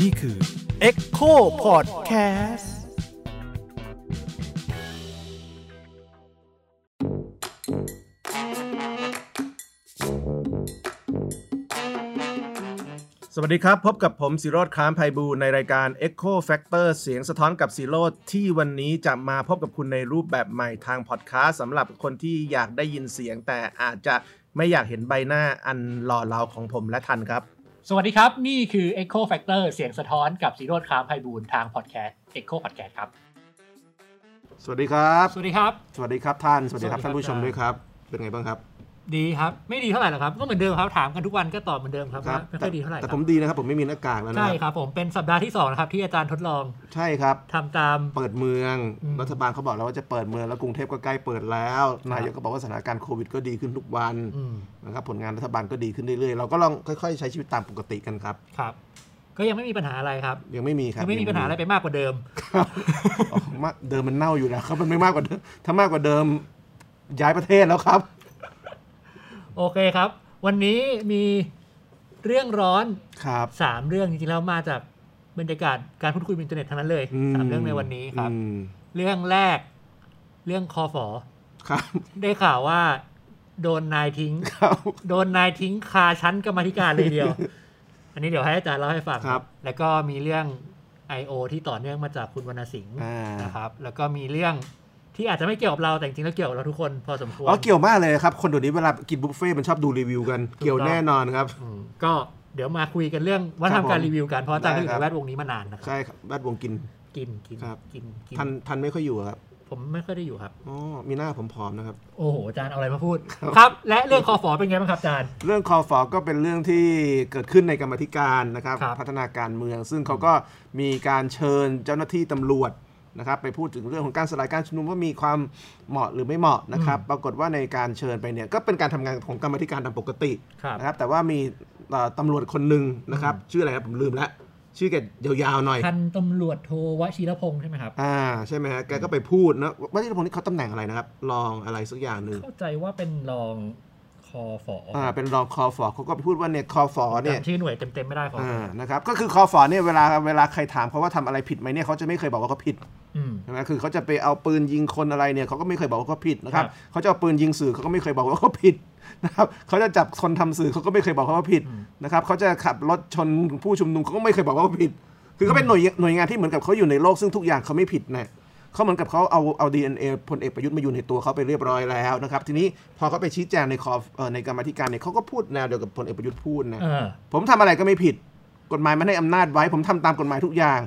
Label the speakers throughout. Speaker 1: นี่คือ Echo Podcast สวัสดีครับ พบกับผมสิโรธค้ามไพบูลย์ในรายการ Echo Factor เสียงสะท้อนกับสิโรธที่วันนี้จะมาพบกับคุณในรูปแบบใหม่ทางพอดแคสต์สำหรับคนที่อยากได้ยินเสียง แต่อาจจะไม่อยากเห็นใบหน้าอันหล่อเหลาของผมและทันครับ
Speaker 2: สวัสดีครับ นี่คือ Echo Factor เสียงสะท้อนกับสีโรดครามไพบูลย์ทางพอดแคสต์ Echo Podcast ครับ
Speaker 1: สวัสดีครับ
Speaker 2: สวัสดีครับ
Speaker 1: สวัสดีครับท่านสวัสดีครับ
Speaker 2: สวัสดีครับ
Speaker 1: ท่านผู้ชมด้วยครับ เป็นไงบ้างครับ
Speaker 2: ดีครับ ไม่ดีเท่าไหร่หรอกครับ ก็เหมือนเดิมครับ ถามกันทุกวันก็ตอบเหมือนเดิมครับ
Speaker 1: ครั
Speaker 2: ว่าไม่ค่อยดีเท่าไหร่ค
Speaker 1: แต่
Speaker 2: รับ
Speaker 1: ผมดีนะครับผมไม่มีหน้ากากแล้วนะ
Speaker 2: ใช่ครับผมเป็นสัปดาห์ที่ 2 นะครับ ที่อาจารย์ทดลอง
Speaker 1: ใช่ครับ
Speaker 2: ทำตาม
Speaker 1: เปิดเมือง
Speaker 2: อืม
Speaker 1: รัฐบาลเขาบอกแล้วว่าจะเปิดเมืองแล้วกรุงเทพก็ใกล้เปิดแล้วนายกก็บอกว่าสถานการณ์โควิดก็ดีขึ้นทุกวัน
Speaker 2: อืม
Speaker 1: นะครับผลงานรัฐบาลก็ดีขึ้นเรื่อยๆเราก็ลองค่อยๆ ใช้ชีวิตตามปกติกันครับ
Speaker 2: ครับ ก็ยังไม่มีปัญหาอะไรครับ
Speaker 1: ยังไม่มีครั
Speaker 2: ยั
Speaker 1: บ
Speaker 2: งไม่มีปัญหาอะไรไปมากกว่าเดิม
Speaker 1: ครับอ๋อ มาเดิมมันเน่าอยู่แล้วครับมันไม่มากกว่าเดิมถ้ามากกว่าเดิมย้ายประเทศแล้วครับ
Speaker 2: โอเคครับ วันนี้มีเรื่องร้อน
Speaker 1: ครับ
Speaker 2: 3 เรื่องจริงๆแล้วมาจากบรรยากาศการพูดคุยบนอินเทอร์เน็ตทั้งนั้นเลยสามเรื่องในวันนี้ครับ
Speaker 1: อืม
Speaker 2: เรื่องแรกเรื่องคอฝอ
Speaker 1: ครับ
Speaker 2: ได้ข่าวว่าโดนนายทิ้ง
Speaker 1: ครับ
Speaker 2: โดนนายทิ้งคาชั้นกรรมาธิการเลยทีเดียว อันนี้เดี๋ยวให้อาจารย์เล่าให้ฟัง
Speaker 1: ครับ
Speaker 2: แล้วก็มีเรื่อง I.O. ที่ต่อเนื่องมาจากคุณวรรณสิงห์
Speaker 1: อ่า
Speaker 2: นะครับ แล้วก็มีเรื่องที่อาจจะไม่เกี่ยวกับเราแต่จริงๆแล้วเกี่ยวกับเราทุกคนพอสมควร
Speaker 1: อ๋อเกี่ยวมากเลยครับ คนเดี๋ยวนี้เวลากินบุฟเฟ่ต์มันชอบดูรีวิวกัน
Speaker 2: ถูกต้อง
Speaker 1: เกี่ยวแน่นอนครับ
Speaker 2: อืมก็เดี๋ยวมาคุยกันเรื่องว่าทำการ
Speaker 1: ผม
Speaker 2: รีวิวกันเพราะอาจารย์ก็อยู่
Speaker 1: ได้ครับ
Speaker 2: ในแวดวงนี้มานานนะครับ
Speaker 1: ใช่ครับแวดวงกิน
Speaker 2: กินกิน
Speaker 1: ครับ
Speaker 2: กินกิน
Speaker 1: ทันทันไม่ค่อยอยู่อะครับ
Speaker 2: ผมไม่ค่อยได้อยู่ครับ
Speaker 1: อ๋อมีหน้าผมผอมนะครับ
Speaker 2: โอ้โหอาจารย์เอาอะไรมาพูด ครับ และเรื่องคอฝอเป็นไงบ้างครับอาจารย์
Speaker 1: เรื่องคอฟอก็เป็นเรื่องที่เกิดขึ้นในกรรมาธิการนะครับ
Speaker 2: ครับ
Speaker 1: พัฒนาการเมือง ซึ่งเขาก็มีการเชิญเจ้าหน้าที่ตำรวจนะครับ ไปพูดถึงเรื่องของการสลายการชุมนุมว่ามีความเหมาะหรือไม่เหมาะนะครับ ปรากฏว่าในการเชิญไปเนี่ยก็เป็นการทำงานของกรรมาธิการตามปกติ
Speaker 2: ครับ
Speaker 1: นะครับ แต่ว่ามีเอ่อตำรวจคนหนึ่งนะครับ ชื่ออะไรครับผมลืมละชื่อแกยาวๆหน่อย
Speaker 2: พันตำรวจโทวชิรพงศ์ใช่ไหมครับ
Speaker 1: อ่าใช่ไหมฮะแกก็ไปพูดนะว่าที่พงศ์นี่เขาตำแหน่งอะไรนะครับรองอะไรสักอย่างหนึ่ง
Speaker 2: เข้าใจว่าเป็นรองคอฝอ
Speaker 1: อ่าเป็นรองคอฟอเขาก็ไปพูดว่าเนี่ยคอฟอเนี่ย
Speaker 2: จำชื่อหน่วยเต็มๆไม่ได้ขอ
Speaker 1: อ่านะครับก็คือคอฟอเนี่ยเวลาเวลาใครถามเขาว่าทำอะไรผิดไหมเนี่ยเขาจะไม่เคยบอกว่าเขาผิด
Speaker 2: อืม
Speaker 1: ใช่ไหมคือเขาจะไปเอาปืนยิงคนอะไรเนี่ยเขาก็ไม่เคยบอกว่าเขาผิดนะครับ
Speaker 2: ครับ
Speaker 1: เขาจะเอาปืนยิงสื่อเขาก็ไม่เคยบอกว่าเขาผิด นะครับเขาจะจับคนทำสื่อเขาก็ไม่เคยบอกว่าเขาผิด
Speaker 2: อืม
Speaker 1: นะครับเขาจะขับรถชนผู้ชุมนุมเขาก็ไม่เคยบอกว่าเขาผิด คือเขาเป็นหน่วยหน่วยงานที่เหมือนกับเขาอยู่ในโลกซึ่งทุกอย่างเขาไม่ผิดนะ เขาเหมือนกับเขาเอาเอาดีเอ็นเอพลเอกประยุทธ์มาอยู่ในตัวเขาไปเรียบร้อยแล้วนะครับ ทีนี้พอเขาไปชี้แจงในคอเอ่อในกรรมาธิการเนี่ยเขาก็พูดแนวเดียวกับพลเอกประยุทธ์พูดนะ
Speaker 2: เออ
Speaker 1: ผมทำอะไรก็ไม่ผิด กฎหมายมันให้อำนาจไว้ผมทำตามกฎหมายทุกอย่าง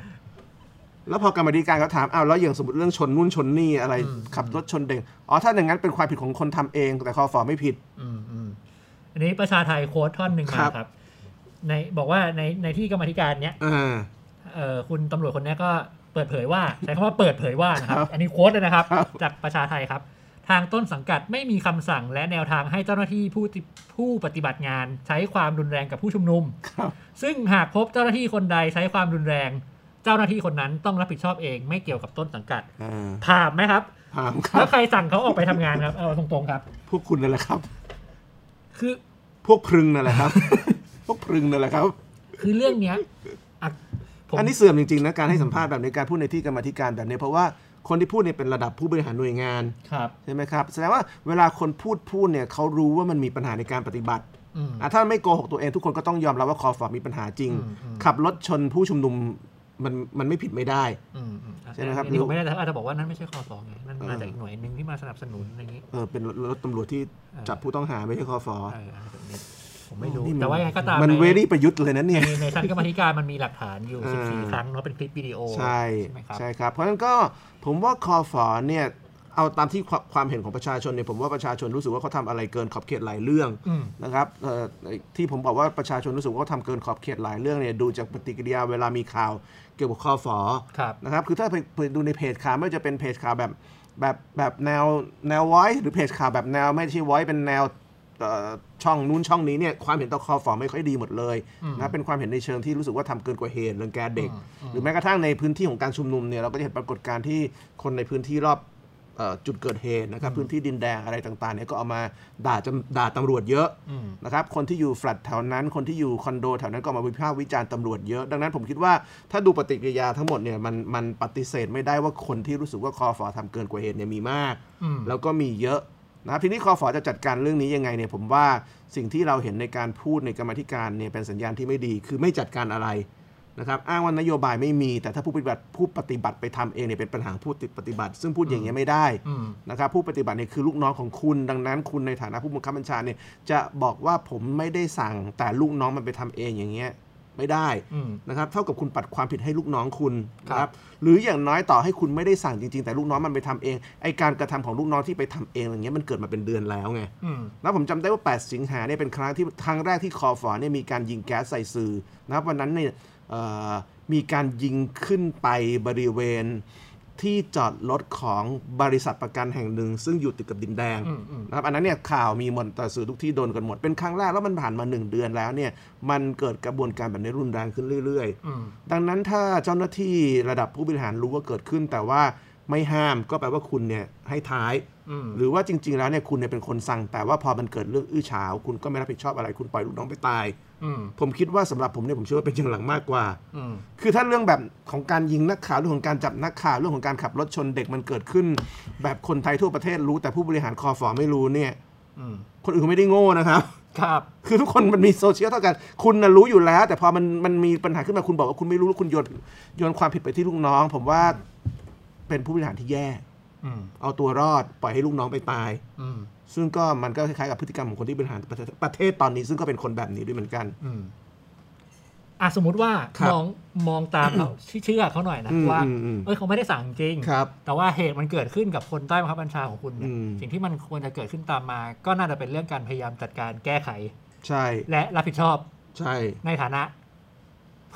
Speaker 1: แล้วพอกรรมาธิการเขาถามอ้าวแล้วอย่างสมมติเรื่องชนนู่นชนนี่อะไร
Speaker 2: อืม
Speaker 1: ขับรถชนเด็กอ๋อถ้าอย่างนั้นเป็นความผิดของคนทำเอง แต่คอฟอไม่ผิด
Speaker 2: อืมอืมอันนี้ประชาไทยโค้ดท่อนหนึ่ง
Speaker 1: ครั
Speaker 2: มา
Speaker 1: บ
Speaker 2: ครับ ในบอกว่าในในที่กรรมาธิการเนี้ย
Speaker 1: อ่า
Speaker 2: เอ่อคุณตำรวจคนเนี้ยก็เปิดเผยว่า ใช้คำว่าเปิดเผยว่านะครั
Speaker 1: ครับ บ
Speaker 2: อันนี้โค้ดเลยนะครับ
Speaker 1: ครับ
Speaker 2: จากประชาไทยครับ ทางต้นสังกัดไม่มีคำสั่งและแนวทางให้เจ้าหน้าที่ผู้ติผู้ปฏิบัติงาน ใช้ความรุนแรงกับผู้ชุมนุม
Speaker 1: ครับ
Speaker 2: ซึ่งหากพบเจ้าหน้าที่คนใดใช้ความรุนแรง เจ้าหน้าที่คนนั้นต้องรับผิดชอบเองไม่เกี่ยวกับต้นสังกัด
Speaker 1: อ่า
Speaker 2: ผ่านไหมครับ
Speaker 1: ถามครั
Speaker 2: แล้ว
Speaker 1: บ
Speaker 2: ใครสั่งเขาออกไปทำงานครับ เอาตรงๆครับ
Speaker 1: พวกคุณนั่นแหละครับ
Speaker 2: คือ
Speaker 1: พวกพรึงนั่นแห ละครับ พวกพรึงนั่นแหละครับ
Speaker 2: คือเรื่องเนี้ยอ่ะผม
Speaker 1: อันนี้เสื่อมจริงๆนะการให้สัมภาษณ์แบบนี้การพูดในที่กรรมาธิการแบบนี้เพราะว่าคนที่พูดเนี่ยเป็นระดับผู้บริหารหน่วยงาน
Speaker 2: ครับ
Speaker 1: ใช่ไหมครับแสดงว่าเวลาคนพูดพูดเนี่ยเขารู้ว่ามันมีปัญหาในการปฏิบัติ
Speaker 2: อืม
Speaker 1: อ่ะถ้าไม่โกหกตัวเองทุกคนก็ต้องยอมรับว่าคอฟอมีปัญหาจริง
Speaker 2: อืมอืม
Speaker 1: ขับรถชนผู้ชุมนุมมันมันไม่ผิดไม่ได้
Speaker 2: อืมอืมอ่ะ
Speaker 1: ใช่ไหมครับ
Speaker 2: อันนี้ผมไม่ได้แต่อาจจะบอกว่านั่นไม่ใช่คอสองไงนั่นมาจากอีกหน่วยหนึ่งที่มาสนับสนุนอะไรอย่างนี้
Speaker 1: เออเป็นรถตำรวจที่
Speaker 2: เออ
Speaker 1: จับผู้ต้องหาไม่ใช่คอฟอ
Speaker 2: เอออะไรแบบนี้ผมไม่รู้
Speaker 1: นี่น
Speaker 2: แต่ว่ายังไงก็ตาม
Speaker 1: มัน
Speaker 2: ใน
Speaker 1: เวรี่ประยุทธ์เลยนะเนี่ย
Speaker 2: ในในชั้นกรรมาธิการมันมีหลักฐานอยู่
Speaker 1: เออ
Speaker 2: สิบสี่ครั้งเนาะเป็นคลิปวิดีโอ
Speaker 1: ใช่
Speaker 2: ไหมครับ
Speaker 1: ใช่ครับ เพราะฉะนั้นก็ผมว่าคอฟอเนี่ยเอาตามที่ความความเห็นของประชาชนเนี่ยผมว่าประชาชนรู้สึกว่าเขาทำอะไรเกินขอบเขตหลายเรื่อง
Speaker 2: อืม
Speaker 1: นะครับเอ่อที่ผมบอกว่าประชาชนรู้สึกว่าเขาทำเกินขอบเขตหลายเรื่องเนี่ยดูจากปฏิกิริยาเวลามีข่าวเกี่ยวกับคอฟอ
Speaker 2: ครับ
Speaker 1: นะครับคือถ้าไปไปดูในเพจข่าวไม่ว่าจะเป็นเพจข่าวแบบแบบแบบแนวแนวไว้หรือเพจข่าวแบบแนวไม่ใช่ไว้เป็นแนวเอ่อช่องนู้นช่องนี้เนี่ยความเห็นต่อคอฟอไม่ค่อยดีหมดเลยนะเป็นความเห็นในเชิงที่รู้สึกว่าทำเกินกว่าเหตุเรื่องแกเด็ก หรือแม้กระทั่งในพื้นที่ของการชุมนุมเนี่ยเราก็จะเห็นปรากฏการณ์ที่คนในพื้นที่รอบ เอ่อจุดเกิดเหตุนะครับพื้นที่ดินแดงอะไรต่างๆเนี่ยก็เอามาด่าจำด่าตำรวจเยอะ
Speaker 3: อืม
Speaker 1: นะครับคนที่อยู่แฟลตแถวนั้น คนที่อยู่คอนโดแถวนั้นก็มาวิพากษ์วิจารณ์ตำรวจเยอะ ดังนั้นผมคิดว่าถ้าดูปฏิกิริยาทั้งหมดเนี่ยมันมันปฏิเสธไม่ได้ว่าคนที่รู้สึกว่าคอฟอทำเกินกว่าเหตุเนี่ยมีมาก
Speaker 2: อืม
Speaker 1: แล้วก็มีเยอะนะครับทีนี้คอฟอจะจัดการเรื่องนี้ยังไงเนี่ยผมว่าสิ่งที่เราเห็นในการพูดในกรรมาธิการเนี่ยเป็นสัญญาณที่ไม่ดี คือไม่จัดการอะไรนะครับอ้างว่านโยบายไม่มี แต่ถ้าผู้ปฏิบัติผู้ปฏิบัติไปทำเองเนี่ยเป็นปัญหาของผู้ปฏิบัติ ซึ่งพูดอย่างเงี้ยไม่ได้
Speaker 2: อืม
Speaker 1: นะครับผู้ปฏิบัติเนี่ยคือลูกน้องของคุณดังนั้น คุณในฐานะผู้บังคับบัญชาเนี่ยจะบอกว่าผมไม่ได้สั่งแต่ลูกน้องมันไปทำเองอย่างเงี้ยไม่ได้
Speaker 2: อืม
Speaker 1: นะครับเท่ากับคุณปัดความผิดให้ลูกน้องคุณนะค
Speaker 3: ครั
Speaker 1: รับบ หรืออย่างน้อยต่อให้คุณไม่ได้สั่งจริงๆ แต่ลูกน้องมันไปทำเองไอการกระทำของลูกน้องที่ไปทำเองอย่างเงี้ยมันเกิดมาเป็นเดือนแล้วไง
Speaker 2: อืม
Speaker 1: แล้วผมจำได้ว่า 8 สิงหาเนี่ยเป็นครั้งที่ครั้งแรกที่คอฟอเนี่ยมีการยิงแก๊สใส่สื่อนะครับวันนั้นเนี่ยเอ่อมีการยิงขึ้นไปบริเวณที่จอดรถของบริษัทประกันแห่งหนึ่ง ซึ่งอยู่ติดกับดินแดง
Speaker 2: อืมอืม
Speaker 1: นะครับอันนั้นเนี่ยข่าวมีหมดแต่สื่อทุกที่โดนกันหมด เป็นครั้งแรกแล้วมันผ่านมา 1 เดือนแล้วเนี่ยมันเกิดกระบวนการแบบนี้รุนแรงขึ้นเรื่อย ๆ
Speaker 2: อืม
Speaker 1: ดังนั้นถ้าเจ้าหน้าที่ระดับผู้บริหารรู้ว่าเกิดขึ้น แต่ว่าไม่ห้ามก็แปลว่าคุณเนี่ยให้ท้าย
Speaker 2: อืม
Speaker 1: หรือว่าจริง ๆ แล้วเนี่ยคุณเนี่ยเป็นคนสั่ง แต่ว่าพอมันเกิดเรื่องอื้อฉาว คุณก็ไม่รับผิดชอบอะไรคุณปล่อยลูกน้องไปตาย
Speaker 2: อืม
Speaker 1: ผมคิดว่าสำหรับผมเนี่ยผมเชื่อว่าเป็นอย่างหลังมากกว่า
Speaker 2: อืม
Speaker 1: คือถ้าเรื่องแบบของการยิงนักข่าวเรื่องของการจับนักข่าวเรื่องของการขับรถชนเด็กมันเกิดขึ้น แบบคนไทยทั่วประเทศรู้ แต่ผู้บริหารคอฟอไม่รู้เนี่ย
Speaker 2: อืม
Speaker 1: คนอื่นเขาไม่ได้โง่นะครับ
Speaker 3: ครับ
Speaker 1: คือทุกคนมันมีโซเชียลเท่ากัน คุณนะรู้อยู่แล้ว แต่พอมันมันมีปัญหาขึ้นมาคุณบอกว่าคุณไม่รู้แล้วคุณโยนโยนความผิดไปที่ลูกน้อง ผมว่าเป็นผู้บริหารที่แย่
Speaker 2: อืม
Speaker 1: เอาตัวรอดปล่อยให้ลูกน้องไปตาย
Speaker 2: อืม
Speaker 1: ซึ่งก็มันก็คล้ายๆกับพฤติกรรมของคนที่บริหารประเทศประเทศตอนนี้ซึ่งก็เป็นคนแบบนี้ด้วยเหมือนกัน
Speaker 2: อืมอ่ะสมมติว่า
Speaker 1: ครับ
Speaker 2: มองมองตามเขา ที่เชื่อเขาหน่อยนะ
Speaker 1: อืม
Speaker 2: ว่า
Speaker 1: อืมอืม
Speaker 2: เอ้ยเขาไม่ได้สั่งจริง
Speaker 1: ครับ
Speaker 2: แต่ว่าเหตุมันเกิดขึ้นกับคนใต้บังคับบัญชาของคุณเนี่ย
Speaker 1: อืม
Speaker 2: สิ่งที่มันควรจะเกิดขึ้นตามมา ก็น่าจะเป็นเรื่องการพยายามจัดการแก้ไข
Speaker 1: ใช่
Speaker 2: และรับผิดชอบ
Speaker 1: ใช่
Speaker 2: ในฐานะ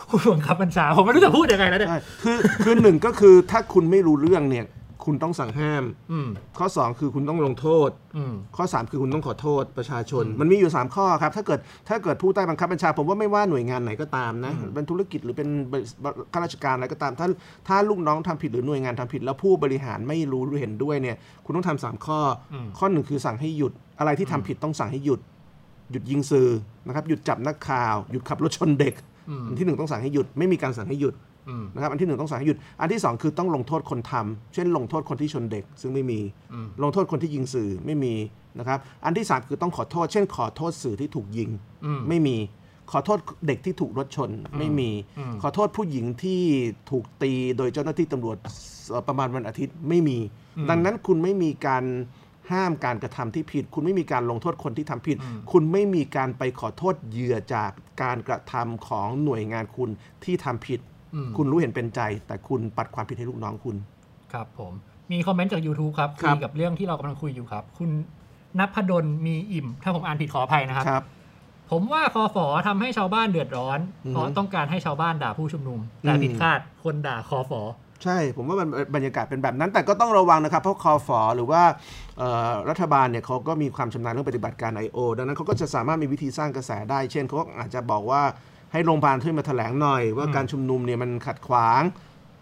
Speaker 2: ผู้บังคับบัญชาผมไม่รู้จะพูดยังไงแล้วเนี่ย
Speaker 1: ใช่คือคือหนึ่งก็คือถ้าคุณไม่รู้เรื่องเนี่ย คุณต้องสั่งห้าม
Speaker 2: อืม
Speaker 1: ข้อ 2 คือคุณต้องลงโทษ
Speaker 2: อืม
Speaker 1: ข้อ 3 คือคุณต้องขอโทษประชาชน มันมีอยู่ 3 ข้อครับ ถ้าเกิดถ้าเกิดผู้ใต้บังคับบัญชา ผมว่าไม่ว่าหน่วยงานไหนก็ตามนะ เป็นธุรกิจหรือเป็นบริษัทข้าราชการอะไรก็ตาม ถ้าถ้าลูกน้องทำผิดหรือหน่วยงานทำผิด แล้วผู้บริหารไม่รู้หรือเห็นด้วยเนี่ย คุณต้องทำสามข้ออ
Speaker 2: ม
Speaker 1: ข้อหนึ่งคือสั่งให้หยุด อะไรที่ทำผิดต้องสั่งให้หยุด หยุดยิงสื่อนะครับ หยุดจับนักข่าว หยุดขับรถชนเด็ก
Speaker 2: อืม
Speaker 1: อันที่หนึ่งต้องสั่งให้หยุด ไม่มีการสั่งให้หยุด
Speaker 2: อืม
Speaker 1: นะครับ อันที่หนึ่งต้องสั่งให้หยุด อันที่สองคือต้องลงโทษคนทำเช่น ลงโทษคนที่ชนเด็ก ซึ่งไม่มี
Speaker 2: อืม
Speaker 1: ลงโทษคนที่ยิงสื่อไม่มีนะครับ อันที่สามคือต้องขอโทษ เช่น ขอโทษสื่อที่ถูกยิง
Speaker 2: อืม
Speaker 1: ไม่มี ขอโทษเด็กที่ถูกรถชนไม่มี
Speaker 2: อืม
Speaker 1: ขอโทษผู้หญิงที่ถูกตีโดยเจ้าหน้าที่ตำรวจเอ่อประมาณวันอาทิตย์ไม่มี ดังนั้นคุณไม่มีการห้ามการกระทำที่ผิด คุณไม่มีการลงโทษคนที่ทำผิด คุณไม่มีการไปขอโทษเหยื่อจากการกระทำของหน่วยงานคุณที่ทำผิด
Speaker 2: อืม
Speaker 1: คุณรู้เห็นเป็นใจ แต่คุณปัดความผิดให้ลูกน้องคุณ
Speaker 2: ครับผมมีคอมเมนต์จาก YouTube ครับ
Speaker 1: ค
Speaker 2: คุ
Speaker 1: รับ
Speaker 2: ยกับเรื่องที่เรากำลังคุยอยู่ครับ คุณนพดลมีอิ่ม ถ้าผมอ่านผิดขออภัยนะครับ
Speaker 1: ครับ
Speaker 2: ผมว่าคอฟอทำให้ชาวบ้านเดือดร้อน
Speaker 1: อือฮึ
Speaker 2: เพราะต้องการให้ชาวบ้านด่าผู้ชุมนุม แต่
Speaker 1: อืม
Speaker 2: ผิดคาดคนด่าคอฟอ
Speaker 1: ใช่ ผมว่ามันบรรยากาศเป็นแบบนั้นแต่ก็ต้องระวังนะครับ เพราะคอฟอหรือว่าเอ่อรัฐบาลเนี่ยเขาก็มีความชำนาญเรื่องปฏิบัติการ I.O. ดังนั้นเขาก็จะสามารถมีวิธีสร้างกระแสได้ เช่นเขาก็อาจจะบอกว่าให้โรงพยาบาลช่วยมาแถลงหน่อย ว่า
Speaker 2: อืม
Speaker 1: การชุมนุมเนี่ยมันขัดขวาง